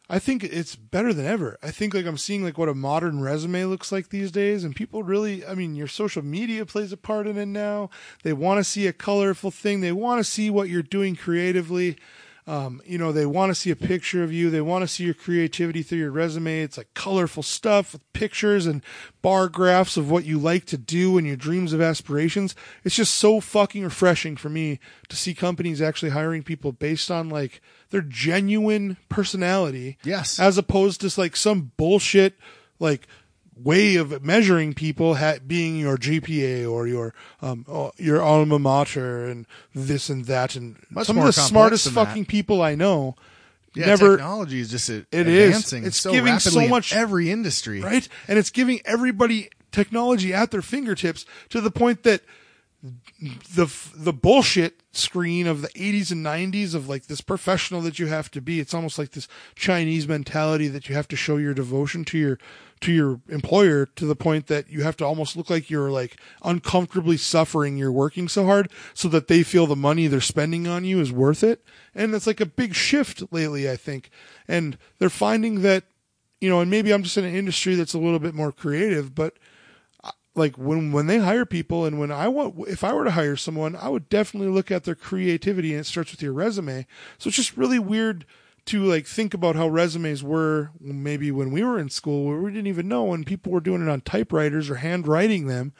Speaker 2: I think it's better than ever. I think like I'm seeing like what a modern resume looks like these days and people really I mean your social media plays a part in it now. They want to see a colorful thing. They want to see what you're doing creatively. Um, you know, they want to see a picture of you. They want to see your creativity through your resume. It's like colorful stuff with pictures and bar graphs of what you like to do and your dreams of aspirations. It's just so fucking refreshing for me to see companies actually hiring people based on like their genuine personality
Speaker 1: Yes.
Speaker 2: as opposed to like some bullshit like way of measuring people ha- being your GPA or your um oh, your alma mater and this and that and
Speaker 1: Much
Speaker 2: some of
Speaker 1: more
Speaker 2: the
Speaker 1: complex
Speaker 2: smartest
Speaker 1: than that.
Speaker 2: fucking people I know
Speaker 1: Yeah,
Speaker 2: never
Speaker 1: technology is just a,
Speaker 2: It is.
Speaker 1: advancing.
Speaker 2: It's
Speaker 1: so
Speaker 2: giving so
Speaker 1: rapidly in
Speaker 2: much-
Speaker 1: every industry.
Speaker 2: right and it's giving everybody technology at their fingertips to the point that the f- the bullshit screen of the 80s and 90s of like this professional that you have to be it's almost like this chinese mentality that you have to show your devotion to your to your employer to the point that you have to almost look like you're like uncomfortably suffering you're working so hard so that they feel the money they're spending on you is worth it and it's like a big shift lately i think and they're finding that you know and maybe i'm just in an industry that's a little bit more creative but like when when they hire people and when I want if I were to hire someone, I would definitely look at their creativity and it starts with your resume. So it's just really weird to like think about how resumes were maybe when we were in school where we didn't even know and people were doing it on typewriters or handwriting them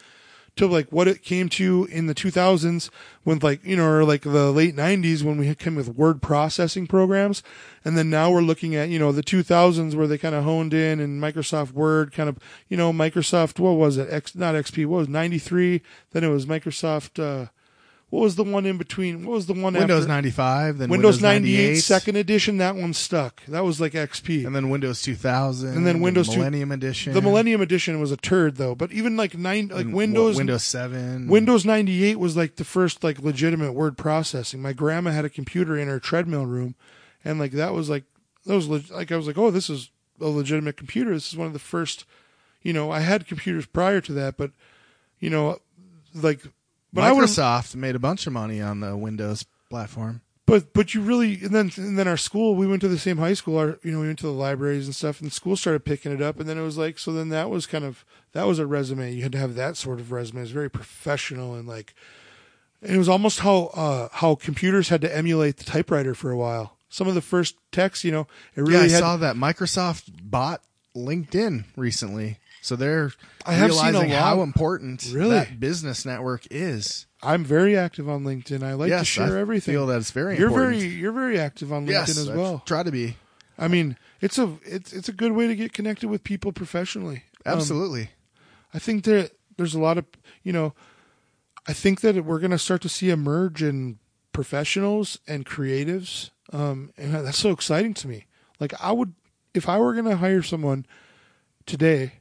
Speaker 2: to like what it came to in the 2000s when like you know or like the late 90s when we had came with word processing programs and then now we're looking at you know the 2000s where they kind of honed in and Microsoft Word kind of you know Microsoft what was it X not XP what was it, 93 then it was Microsoft uh What was the one in between? What was the one
Speaker 1: Windows
Speaker 2: after?
Speaker 1: 95, then
Speaker 2: Windows,
Speaker 1: Windows,
Speaker 2: 98,
Speaker 1: 98,
Speaker 2: second edition, that one stuck. That was like XP.
Speaker 1: and then Windows 2000,
Speaker 2: And then Windows two-
Speaker 1: Millennium Edition,
Speaker 2: the Millennium Edition was a turd though, but even like nine, like
Speaker 1: and
Speaker 2: Windows,
Speaker 1: Windows 7,
Speaker 2: Windows 98 was like the first like legitimate word processing. My grandma had a computer in her treadmill room, and like that was like that was leg- like I was like, oh, this is a legitimate computer. This is one of the first, you know, I had computers prior to that, but you know, like, but I was,
Speaker 1: Microsoft made a bunch of money on the Windows platform.
Speaker 2: but but you really, and then and then our school, we went to the same high school. Our you know, we went to the libraries and stuff, and school started picking it up, and then it was like, so then that was kind of that was a resume. You had to have that sort of resume. It was very professional and like And it was almost how uh, how computers had to emulate the typewriter for a while. Some of the first texts, you know, it really
Speaker 1: yeah, I
Speaker 2: had.
Speaker 1: saw that Microsoft bought LinkedIn recently, so they're
Speaker 2: I have seen a
Speaker 1: realizing
Speaker 2: lot-
Speaker 1: how important
Speaker 2: Really?
Speaker 1: that business network is.
Speaker 2: I'm very active on LinkedIn. I like
Speaker 1: yes,
Speaker 2: to share
Speaker 1: I
Speaker 2: everything.
Speaker 1: Feel that's very
Speaker 2: you're
Speaker 1: important.
Speaker 2: very you're very active on LinkedIn
Speaker 1: yes,
Speaker 2: as
Speaker 1: I
Speaker 2: well.
Speaker 1: Try to be
Speaker 2: I mean, it's a it's it's a good way to get connected with people professionally. Um,
Speaker 1: absolutely.
Speaker 2: I think there there's a lot of you know, I think that we're gonna start to see a merge in professionals and creatives, um, and that's so exciting to me. Like I would, if I were gonna hire someone today,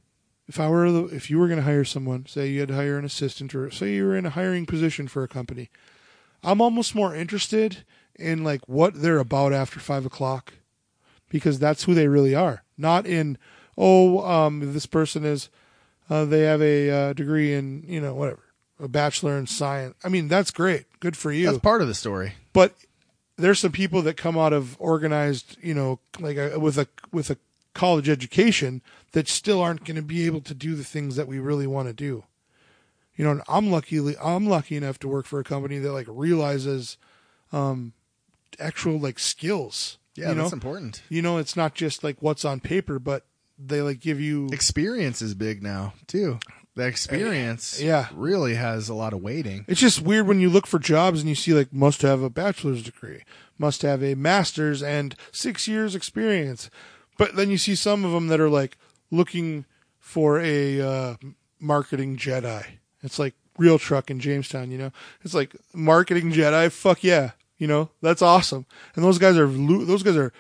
Speaker 2: if I were the, if you were gonna hire someone, say you had to hire an assistant or say you were in a hiring position for a company, I'm almost more interested in like what they're about after five o'clock because that's who they really are. Not in oh, um, this person is uh, they have a uh, degree in you know whatever, a bachelor in science. I mean that's great, good for you.
Speaker 1: That's part of the story.
Speaker 2: but there's some people that come out of organized, you know, like a, with a with a college education that still aren't going to be able to do the things that we really want to do. You know, and I'm lucky I'm lucky enough to work for a company that like realizes um actual like skills.
Speaker 1: Yeah,
Speaker 2: you know?
Speaker 1: that's important.
Speaker 2: you know it's not just like what's on paper but they like give you
Speaker 1: Experience is big now too. That experience,
Speaker 2: Eh, Yeah.
Speaker 1: really has a lot of weighting.
Speaker 2: it's just weird when you look for jobs and you see like must have a bachelor's degree must have a master's and six years experience but then you see some of them that are like looking for a uh, marketing jedi it's like real truck in jamestown you know it's like marketing jedi fuck yeah you know that's awesome and those guys are lo- those guys are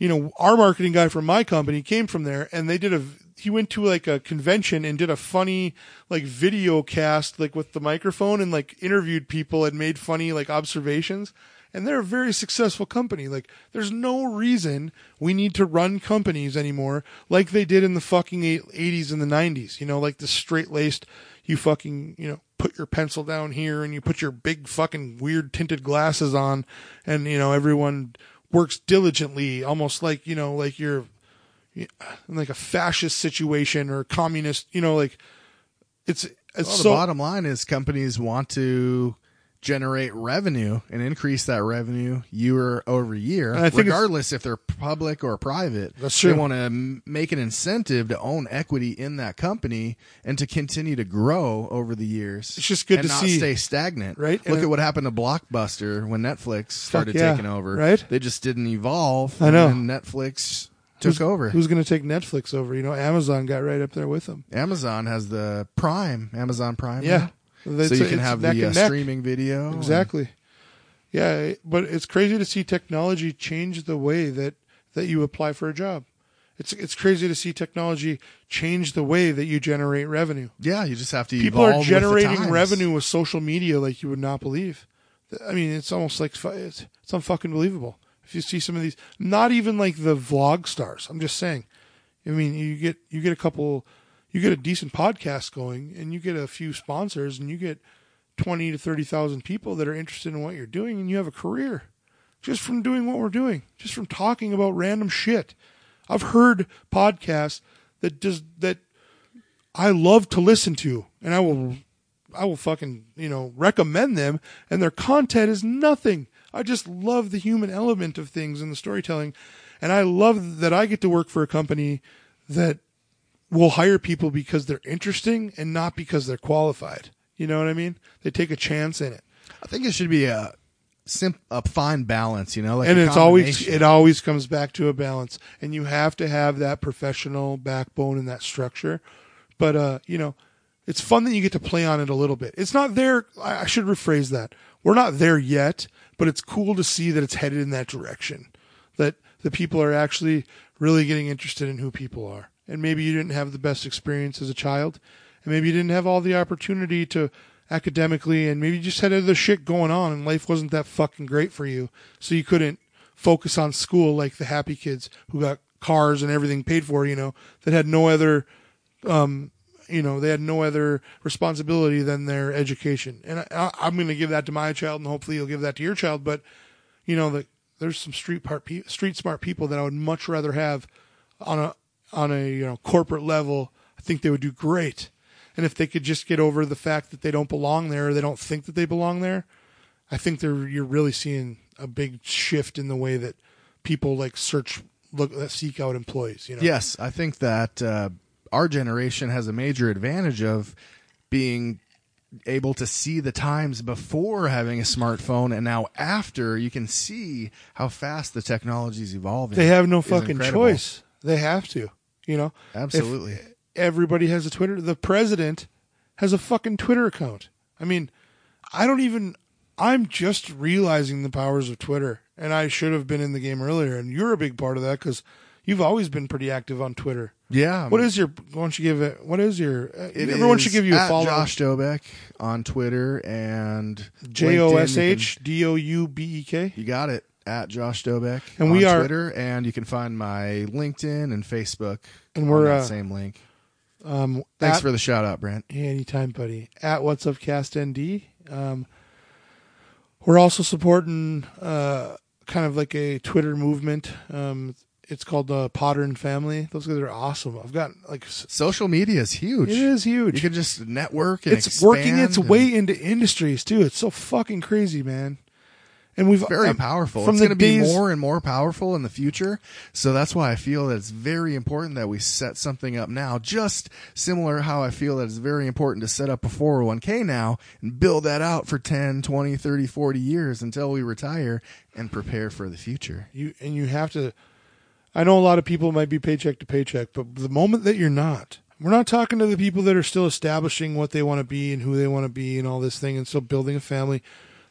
Speaker 2: you know, our marketing guy from my company came from there and they did a, he went to like a convention and did a funny like video cast, like with the microphone and like interviewed people and made funny like observations. And they're a very successful company. Like there's no reason we need to run companies anymore like they did in the fucking eight- 80s and the 90s, you know, like the straight laced, you fucking, you know, put your pencil down here and you put your big fucking weird tinted glasses on and you know everyone works diligently almost like you know like you're in like a fascist situation or communist you know like it's it's
Speaker 1: Well, the
Speaker 2: so
Speaker 1: bottom line is companies want to generate revenue and increase that revenue year over year,
Speaker 2: And I think it's-
Speaker 1: regardless if they're public or private.
Speaker 2: That's
Speaker 1: they
Speaker 2: true.
Speaker 1: want to make an incentive to own equity in that company and to continue to grow over the years.
Speaker 2: It's just good
Speaker 1: and
Speaker 2: to
Speaker 1: not
Speaker 2: see.
Speaker 1: stay stagnant.
Speaker 2: Right?
Speaker 1: Look
Speaker 2: And-
Speaker 1: at what happened to Blockbuster when Netflix started
Speaker 2: yeah,
Speaker 1: taking over.
Speaker 2: right?
Speaker 1: They just didn't evolve.
Speaker 2: I know.
Speaker 1: And then Netflix took
Speaker 2: who's-
Speaker 1: over.
Speaker 2: who's going to take netflix over you know amazon got right up there with them
Speaker 1: Amazon has the Prime, Amazon Prime.
Speaker 2: yeah
Speaker 1: now.
Speaker 2: That's-
Speaker 1: so you
Speaker 2: it's
Speaker 1: can have
Speaker 2: neck
Speaker 1: the uh,
Speaker 2: and neck.
Speaker 1: streaming video. and-
Speaker 2: Exactly. Yeah, it- but it's crazy to see technology change the way that that you apply for a job. It's it's crazy to see technology change the way that you generate revenue.
Speaker 1: Yeah, you just have to.
Speaker 2: People
Speaker 1: evolve
Speaker 2: are
Speaker 1: with the
Speaker 2: generating
Speaker 1: times.
Speaker 2: revenue with social media like you would not believe. Th- I mean, it's almost like fu- it's, it's unfucking believable. If you see some of these, not even like the vlog stars. I'm just saying. I mean, you get you get a couple, you get a decent podcast going, and you get a few sponsors, and you get twenty to thirty thousand people that are interested in what you're doing, and you have a career just from doing what we're doing, just from talking about random shit. I've heard podcasts that does that I love to listen to, and I will, I will fucking you know recommend them. And their content is nothing. I just love the human element of things and the storytelling, and I love that I get to work for a company that will hire people because they're interesting and not because they're qualified. You know what I mean? They take a chance in it,
Speaker 1: I think it should be a simp, a fine balance. You know, like
Speaker 2: and
Speaker 1: a
Speaker 2: it's always
Speaker 1: combination.
Speaker 2: it always comes back to a balance, and you have to have that professional backbone and that structure. But uh, you know, It's fun that you get to play on it a little bit. It's not there. I I should rephrase that. We're not there yet, but it's cool to see that it's headed in that direction. That the people are actually really getting interested in who people are. And maybe you didn't have the best experience as a child, and maybe you didn't have all the opportunity to academically, and maybe you just had other shit going on, and life wasn't that fucking great for you, so you couldn't focus on school like the happy kids who got cars and everything paid for, you know, that had no other you know they had no other responsibility than their education and I, I, i'm going to give that to my child and hopefully you'll give that to your child but you know the, there's some street part pe- street smart people that i would much rather have on a on a you know corporate level i think they would do great and if they could just get over the fact that they don't belong there or they don't think that they belong there i think they're you're really seeing a big shift in the way that people like search look seek out employees you know
Speaker 1: Yes, I think that uh, our generation has a major advantage of being able to see the times before having a smartphone, and now after you can see how fast the technology is evolving.
Speaker 2: They have no
Speaker 1: It's
Speaker 2: fucking
Speaker 1: incredible.
Speaker 2: choice. They have to. You know,
Speaker 1: Absolutely.
Speaker 2: If everybody has a Twitter. The president has a fucking Twitter account. I mean, I don't even. I'm just realizing the powers of Twitter, and I should have been in the game earlier. And you're a big part of that because you've always been pretty active on Twitter.
Speaker 1: yeah.
Speaker 2: What is your? Why don't you give it? What is your? uh,
Speaker 1: Um, It
Speaker 2: everyone
Speaker 1: is
Speaker 2: should give you a
Speaker 1: at
Speaker 2: follow.
Speaker 1: Josh Dobek on Twitter and
Speaker 2: J O S
Speaker 1: LinkedIn. You
Speaker 2: H D O U B E K.
Speaker 1: can- You got it at Josh Dobek
Speaker 2: And we
Speaker 1: on
Speaker 2: are-
Speaker 1: Twitter, and you can find my LinkedIn and Facebook.
Speaker 2: And
Speaker 1: on
Speaker 2: we're,
Speaker 1: that
Speaker 2: uh,
Speaker 1: same link.
Speaker 2: Um,
Speaker 1: Thanks
Speaker 2: at-
Speaker 1: for the shout out, Brent.
Speaker 2: Yeah, anytime, buddy. At What's Up Cast ND. Um, we're also supporting uh, kind of like a Twitter movement. Um, it's called the Potter and Family. Those guys are awesome. I've got like s-
Speaker 1: Social media is huge.
Speaker 2: it is
Speaker 1: You
Speaker 2: huge.
Speaker 1: can just network and
Speaker 2: It's working
Speaker 1: expand
Speaker 2: its
Speaker 1: and
Speaker 2: way into industries too. It's so fucking crazy, man. And we've
Speaker 1: very
Speaker 2: um,
Speaker 1: powerful.
Speaker 2: from
Speaker 1: it's
Speaker 2: the
Speaker 1: going to be
Speaker 2: days-
Speaker 1: more and more powerful in the future. So that's why I feel that it's very important that we set something up now. Just similar how I feel that it's very important to set up a 401k now and build that out for 10, 20, 30, 40 years until we retire and prepare for the future.
Speaker 2: You and you have to. I know a lot of people might be paycheck to paycheck, but the moment that you're not, we're not talking to the people that are still establishing what they want to be and who they want to be and all this thing and still building a family.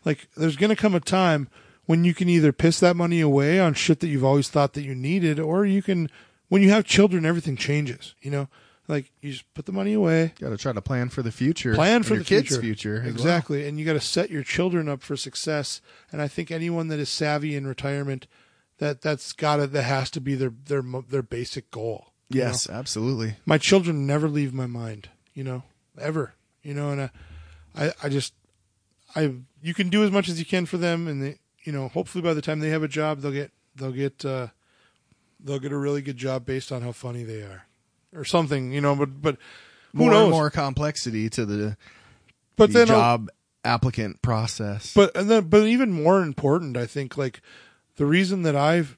Speaker 2: Like, there's going to come a time when you can either piss that money away on shit that you've always thought that you needed, or you can, when you have children, everything changes, you know? Like, you just put the money away,
Speaker 1: Got to try to plan for the future.
Speaker 2: plan
Speaker 1: and
Speaker 2: for
Speaker 1: your
Speaker 2: the
Speaker 1: kids' future. as well.
Speaker 2: exactly and you got to set your children up for success and i think anyone that is savvy in retirement that that's gotta that has to be their their mo- their basic goal you know?
Speaker 1: Yes, absolutely.
Speaker 2: my children never leave my mind you know ever you know and i i, I just i you can do as much as you can for them and they you know hopefully by the time they have a job they'll get they'll get uh they'll get a really good job based on how funny they are or something you know but but who
Speaker 1: more
Speaker 2: knows
Speaker 1: and more complexity to the,
Speaker 2: but
Speaker 1: the
Speaker 2: then I'll-
Speaker 1: job applicant process.
Speaker 2: But and then, but even more important, I think, like the reason that I've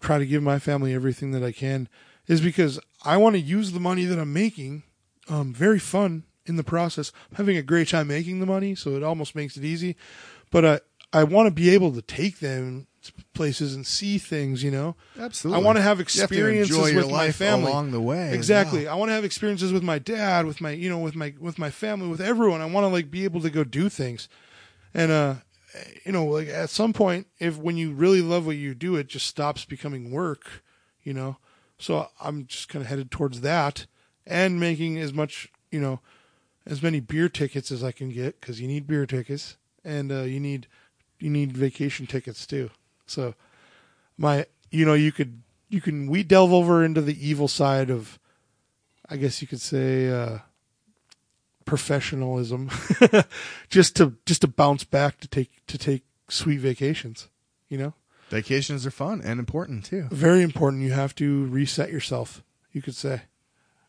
Speaker 2: tried to give my family everything that I can is because I want to use the money that I'm making. Um, very fun in the process. I'm having a great time making the money, so it almost makes it easy. But I I want to be able to take them to places and see things. You know,
Speaker 1: Absolutely.
Speaker 2: I want to have
Speaker 1: You have to
Speaker 2: experiences
Speaker 1: enjoy your
Speaker 2: with my
Speaker 1: life
Speaker 2: family
Speaker 1: along the way. as
Speaker 2: Exactly. I want to have experiences with my dad, with my you know, with my with my family, with everyone. I want to like be able to go do things, and uh, you know, like at some point, if when you really love what you do, it just stops becoming work, you know. So I'm just kind of headed towards that, and making as much you know, as many beer tickets as I can get because you need beer tickets, and uh, you need you need vacation tickets too. So my you know you could you can we delve over into the evil side of i guess you could say uh professionalism just to just to bounce back to take to take sweet vacations you know
Speaker 1: Vacations are fun and important too.
Speaker 2: very important you have to reset yourself you could say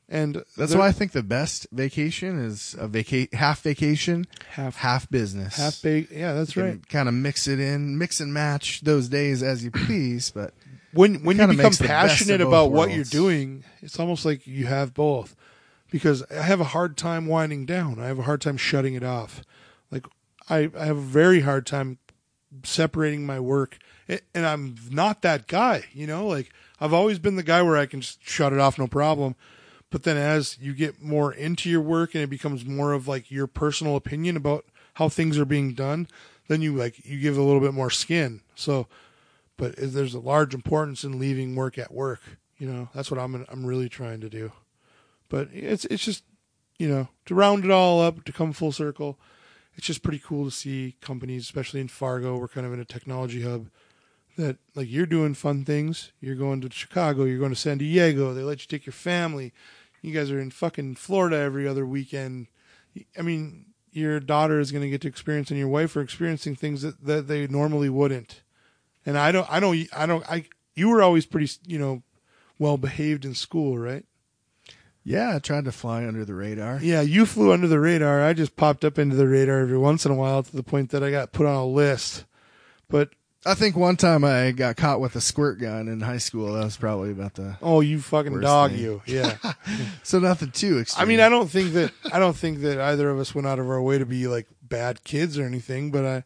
Speaker 2: and
Speaker 1: That's
Speaker 2: there-
Speaker 1: why I think the best vacation is a vaca- half vacation,
Speaker 2: half half,
Speaker 1: half business.
Speaker 2: baked yeah that's
Speaker 1: You
Speaker 2: right
Speaker 1: can kind of mix it in, mix and match those days as you please. But
Speaker 2: when when you
Speaker 1: kinda
Speaker 2: become
Speaker 1: makes the best
Speaker 2: passionate
Speaker 1: of both
Speaker 2: about what you're
Speaker 1: worlds.
Speaker 2: doing, it's almost like you have both. Because I have a hard time winding down. I have a hard time shutting it off. Like I, I have a very hard time separating my work, A- and I'm not that guy. You know, like I've always been the guy where I can just shut it off, no problem. But then as you get more into your work and it becomes more of like your personal opinion about how things are being done, then you like you give it a little bit more skin. So but is- there's a large importance in leaving work at work. You know, that's what I'm I'm really trying to do. But it's it's just you know, to round it all up, to come full circle, it's just pretty cool to see companies, especially in Fargo, we're kind of in a technology hub that like you're doing fun things. You're going to Chicago, you're going to San Diego, they let you take your family. You guys are in fucking Florida every other weekend. I mean, your daughter is going to get to experience and your wife are experiencing things that, that they normally wouldn't. And I don't, I don't, I don't, I, you were always pretty, you know, well behaved in school, right?
Speaker 1: Yeah, I tried to fly under the radar.
Speaker 2: Yeah, you flew under the radar. I just popped up into the radar every once in a while to the point that I got put on a list. But
Speaker 1: I think one time I got caught with a squirt gun in high school. That was probably about the
Speaker 2: oh, you fucking
Speaker 1: Worst
Speaker 2: dog,
Speaker 1: thing.
Speaker 2: you. Yeah.
Speaker 1: so nothing too extreme.
Speaker 2: I mean, I don't think that I don't think that either of us went out of our way to be like bad kids or anything. But I,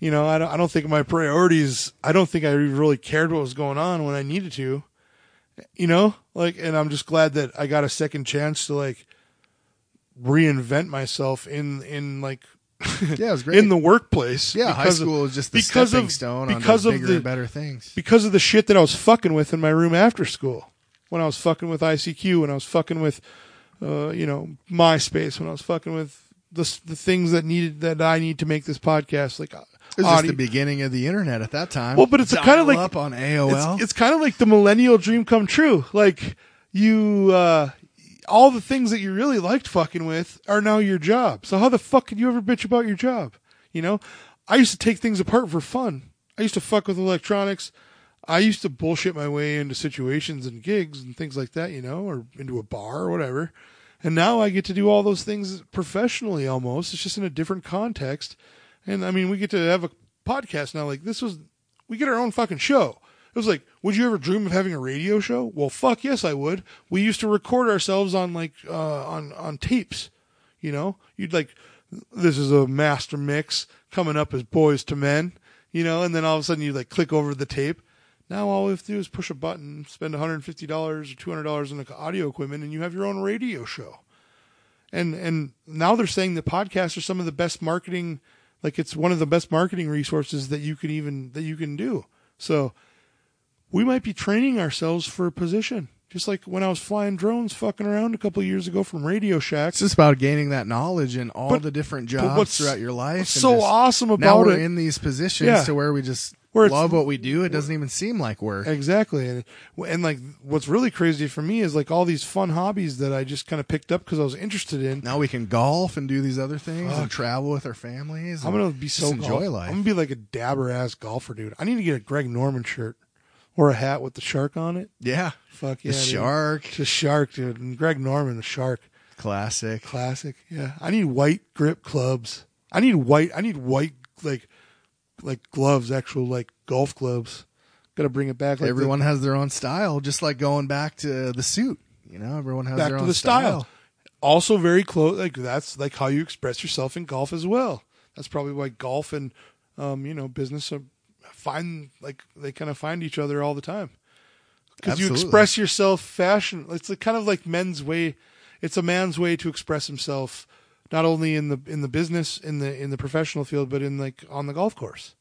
Speaker 2: you know, I don't. I don't think my priorities. I don't think I really cared what was going on when I needed to. You know, like, and I'm just glad that I got a second chance to like reinvent myself in in like
Speaker 1: yeah, it was great.
Speaker 2: in the workplace.
Speaker 1: yeah, high
Speaker 2: because of-
Speaker 1: school is just the
Speaker 2: because
Speaker 1: stepping
Speaker 2: of-
Speaker 1: stone
Speaker 2: because
Speaker 1: on
Speaker 2: of
Speaker 1: bigger
Speaker 2: the-
Speaker 1: and better things.
Speaker 2: because of the shit that I was fucking with in my room after school. When I was fucking with ICQ, when I was fucking with, uh, you know, MySpace, when I was fucking with the s- the things that needed that I need to make this podcast like uh,
Speaker 1: It was just
Speaker 2: audio.
Speaker 1: the beginning of the internet at that time.
Speaker 2: Well, but it's a
Speaker 1: Dial
Speaker 2: kind of like-
Speaker 1: up on
Speaker 2: it's,
Speaker 1: AOL.
Speaker 2: it's kind of like the millennial dream come true. Like you, uh, all the things that you really liked fucking with are now your job. So how the fuck could you ever bitch about your job? You know, I used to take things apart for fun. I used to fuck with electronics. I used to bullshit my way into situations and gigs and things like that, you know, or into a bar or whatever. And now I get to do all those things professionally almost. It's just in a different context. And I mean, we get to have a podcast now. Like, this was, we get our own fucking show. It was like, would you ever dream of having a radio show? Well, fuck yes, I would. We used to record ourselves on like, uh, on, on tapes. You know, you'd like, this is a master mix coming up as boys to men, you know, and then all of a sudden you like click over the tape. Now all we have to do is push a button, spend $150 or $200 on the audio equipment, and you have your own radio show. And and now they're saying that podcasts are some of the best marketing, like it's one of the best marketing resources that you can even that you can do. So we might be training ourselves for a position, just like when I was flying drones fucking around a couple of years ago from Radio Shack.
Speaker 1: It's just about gaining that knowledge in all
Speaker 2: But-
Speaker 1: the different
Speaker 2: but
Speaker 1: jobs
Speaker 2: what's-
Speaker 1: throughout your life.
Speaker 2: What's
Speaker 1: and
Speaker 2: so
Speaker 1: just-
Speaker 2: awesome
Speaker 1: now
Speaker 2: about
Speaker 1: we're
Speaker 2: it?
Speaker 1: in these positions
Speaker 2: Yeah.
Speaker 1: to where we just
Speaker 2: Where it's-
Speaker 1: love what we do. It doesn't even seem like work.
Speaker 2: Exactly, and and like what's really crazy for me is like all these fun hobbies that I just kind of picked up because I was interested in.
Speaker 1: Now we can golf and do these other things
Speaker 2: Fuck.
Speaker 1: and travel with our families.
Speaker 2: I'm
Speaker 1: and
Speaker 2: gonna be so
Speaker 1: just enjoy
Speaker 2: golf-
Speaker 1: life.
Speaker 2: I'm gonna be like a dabber ass golfer, dude. I need to get a Greg Norman shirt or a hat with the shark on it.
Speaker 1: yeah,
Speaker 2: Fuck
Speaker 1: the
Speaker 2: yeah, dude.
Speaker 1: shark
Speaker 2: It's a shark, dude. And Greg Norman, a shark,
Speaker 1: classic.
Speaker 2: classic. Yeah, I need white grip clubs. I need white. I need white like like gloves, actual like golf gloves. Gotta bring it back. Like the-
Speaker 1: everyone has their own style, just like going back to the suit. You know, everyone has
Speaker 2: back
Speaker 1: their
Speaker 2: to
Speaker 1: own
Speaker 2: the style.
Speaker 1: style.
Speaker 2: Also, very close. Like that's like how you express yourself in golf as well. That's probably why golf and um, you know business are find like they kind of find each other all the time because you
Speaker 1: Absolutely.
Speaker 2: express yourself fashion. It's like- kind of like men's way. It's a man's way to express himself, not only in the in the business in the in the professional field, but in like on the golf course.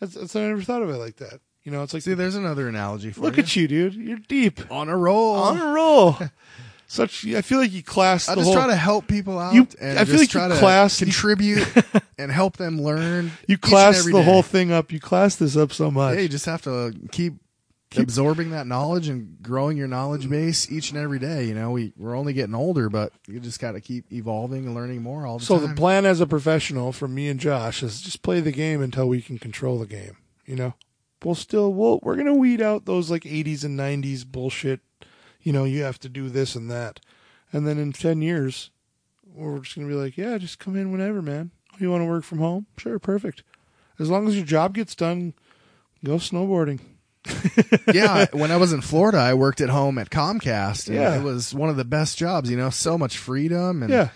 Speaker 2: That's, that's I never thought of it like that. You know, it's like
Speaker 1: See, there's another analogy for
Speaker 2: look
Speaker 1: you.
Speaker 2: at you, dude. You're deep
Speaker 1: on a roll.
Speaker 2: on a roll. Such, I feel like you class.
Speaker 1: I
Speaker 2: the
Speaker 1: just
Speaker 2: whole,
Speaker 1: try to help people out
Speaker 2: You-
Speaker 1: and
Speaker 2: I feel
Speaker 1: just
Speaker 2: like
Speaker 1: try
Speaker 2: you
Speaker 1: to
Speaker 2: class-
Speaker 1: contribute and help them learn.
Speaker 2: You
Speaker 1: each and
Speaker 2: class
Speaker 1: every
Speaker 2: the
Speaker 1: day.
Speaker 2: whole thing up. You class this up so much.
Speaker 1: Yeah, you just have to keep, absorbing that knowledge and growing your knowledge base each and every day. You know, we we're only getting older, but you just got to keep evolving and learning more all the
Speaker 2: so
Speaker 1: time.
Speaker 2: the plan as a professional from me and Josh is just play the game until we can control the game. You know, we'll still we'll, we're gonna weed out those like 80s and 90s bullshit. You know, you have to do this and that, and then in 10 years, we're just gonna be like, yeah, just come in whenever, man. Oh, You want to work from home? Sure, perfect. As long as your job gets done, go snowboarding.
Speaker 1: yeah, when I was in Florida, I worked at home at Comcast. And
Speaker 2: Yeah.
Speaker 1: it was one of the best jobs. You know, so much freedom and
Speaker 2: Yeah,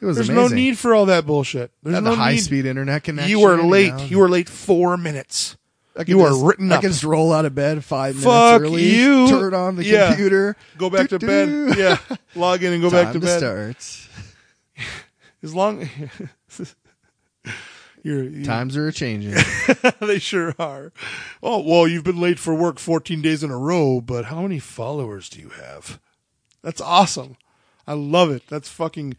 Speaker 1: it was
Speaker 2: there's no
Speaker 1: amazing.
Speaker 2: need for all that bullshit. There's
Speaker 1: Had
Speaker 2: no
Speaker 1: the high
Speaker 2: need.
Speaker 1: speed internet connection.
Speaker 2: You were late.
Speaker 1: know.
Speaker 2: You were late four minutes.
Speaker 1: I could
Speaker 2: You are
Speaker 1: just-
Speaker 2: written
Speaker 1: I
Speaker 2: up.
Speaker 1: could just roll out of bed five minutes
Speaker 2: Fuck
Speaker 1: early.
Speaker 2: you.
Speaker 1: Turn on the
Speaker 2: Yeah.
Speaker 1: computer.
Speaker 2: Go back to
Speaker 1: Doo-doo.
Speaker 2: bed. Yeah. Log in and go back
Speaker 1: Time
Speaker 2: to bed.
Speaker 1: Start.
Speaker 2: As long you're you-
Speaker 1: Times are a changing.
Speaker 2: they sure are. Oh well, you've been late for work 14 days in a row, but how many followers do you have? That's awesome. I love it. That's fucking.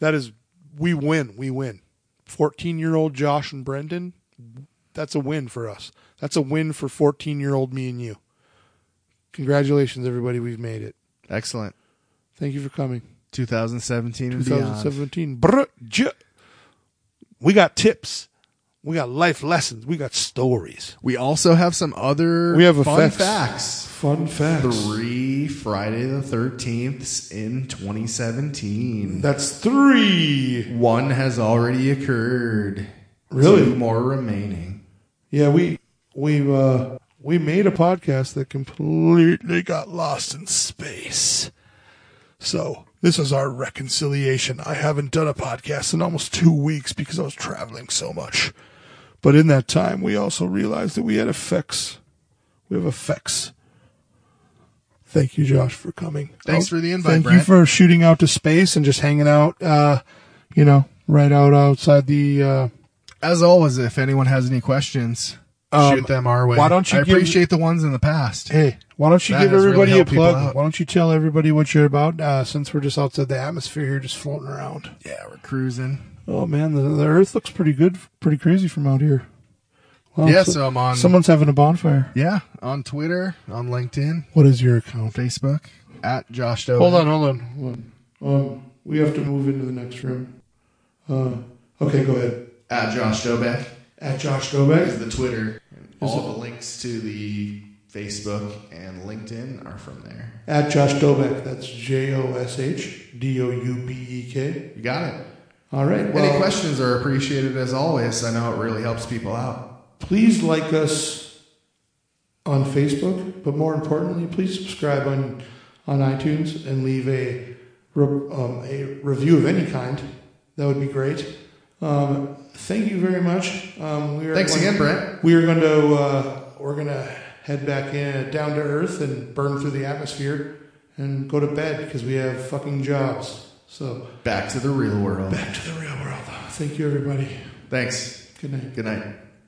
Speaker 2: That is. We win. We win. 14 year old Josh and Brendan. That's a win for us. That's a win for 14 year old me and you. Congratulations, everybody. We've made it.
Speaker 1: Excellent.
Speaker 2: Thank you for coming.
Speaker 1: 2017 and beyond.
Speaker 2: 2017. Brr, ju- We got tips. We got life lessons. We got stories.
Speaker 1: We also have some other
Speaker 2: We have a
Speaker 1: fun
Speaker 2: facts.
Speaker 1: facts.
Speaker 2: Fun facts.
Speaker 1: Three Friday the 13th in 2017.
Speaker 2: That's three.
Speaker 1: One has already occurred.
Speaker 2: Really?
Speaker 1: Two more remaining.
Speaker 2: Yeah, we we uh we made a podcast that completely got lost in space. So this is our reconciliation. I haven't done a podcast in almost two weeks because I was traveling so much. But in that time, we also realized that we had effects. We have effects. Thank you, Josh, for coming.
Speaker 1: Thanks
Speaker 2: Oh,
Speaker 1: for the invite,
Speaker 2: Thank you
Speaker 1: Brent.
Speaker 2: for shooting out to space and just hanging out. Uh, you know, right out outside the. Uh,
Speaker 1: As always, if anyone has any questions,
Speaker 2: Um,
Speaker 1: shoot them our way.
Speaker 2: why don't you
Speaker 1: I
Speaker 2: give-
Speaker 1: appreciate the ones in the past.
Speaker 2: Hey, why don't you
Speaker 1: That
Speaker 2: give
Speaker 1: has really
Speaker 2: everybody a
Speaker 1: helped people
Speaker 2: plug?
Speaker 1: out.
Speaker 2: Why don't you tell everybody what you're about? Uh, since we're just outside the atmosphere here, just floating around.
Speaker 1: Yeah, we're cruising.
Speaker 2: Oh man, the, the Earth looks pretty good, pretty crazy from out here. Wow,
Speaker 1: Yeah,
Speaker 2: Oh, so-
Speaker 1: so I'm on.
Speaker 2: someone's having a bonfire.
Speaker 1: yeah, on Twitter, on LinkedIn,
Speaker 2: What is your account?
Speaker 1: Facebook at Josh Doe.
Speaker 2: Hold on, hold on, hold on. Um, we have to move into the next room. Uh, okay, go ahead.
Speaker 1: At Josh Dobeck
Speaker 2: At Josh Gobeck.
Speaker 1: is the Twitter. All the links to the Facebook and LinkedIn are from there.
Speaker 2: At Josh Dobek. That's J O S H D O U B E K.
Speaker 1: You got it.
Speaker 2: All right.
Speaker 1: Any
Speaker 2: Well,
Speaker 1: questions are appreciated as always. I know it really helps people out.
Speaker 2: please like us on Facebook, but more importantly, please subscribe on on iTunes and leave a re- um, a review of any kind. That would be great. Um, thank you very much. Um, we are
Speaker 1: Thanks
Speaker 2: going-
Speaker 1: again, Brent.
Speaker 2: We are going to uh, we're going to head back in uh, down to earth and burn through the atmosphere and go to bed because we have fucking jobs. So
Speaker 1: Back to the real world.
Speaker 2: back to the real world. Thank you, everybody.
Speaker 1: Thanks.
Speaker 2: Good night.
Speaker 1: Good night.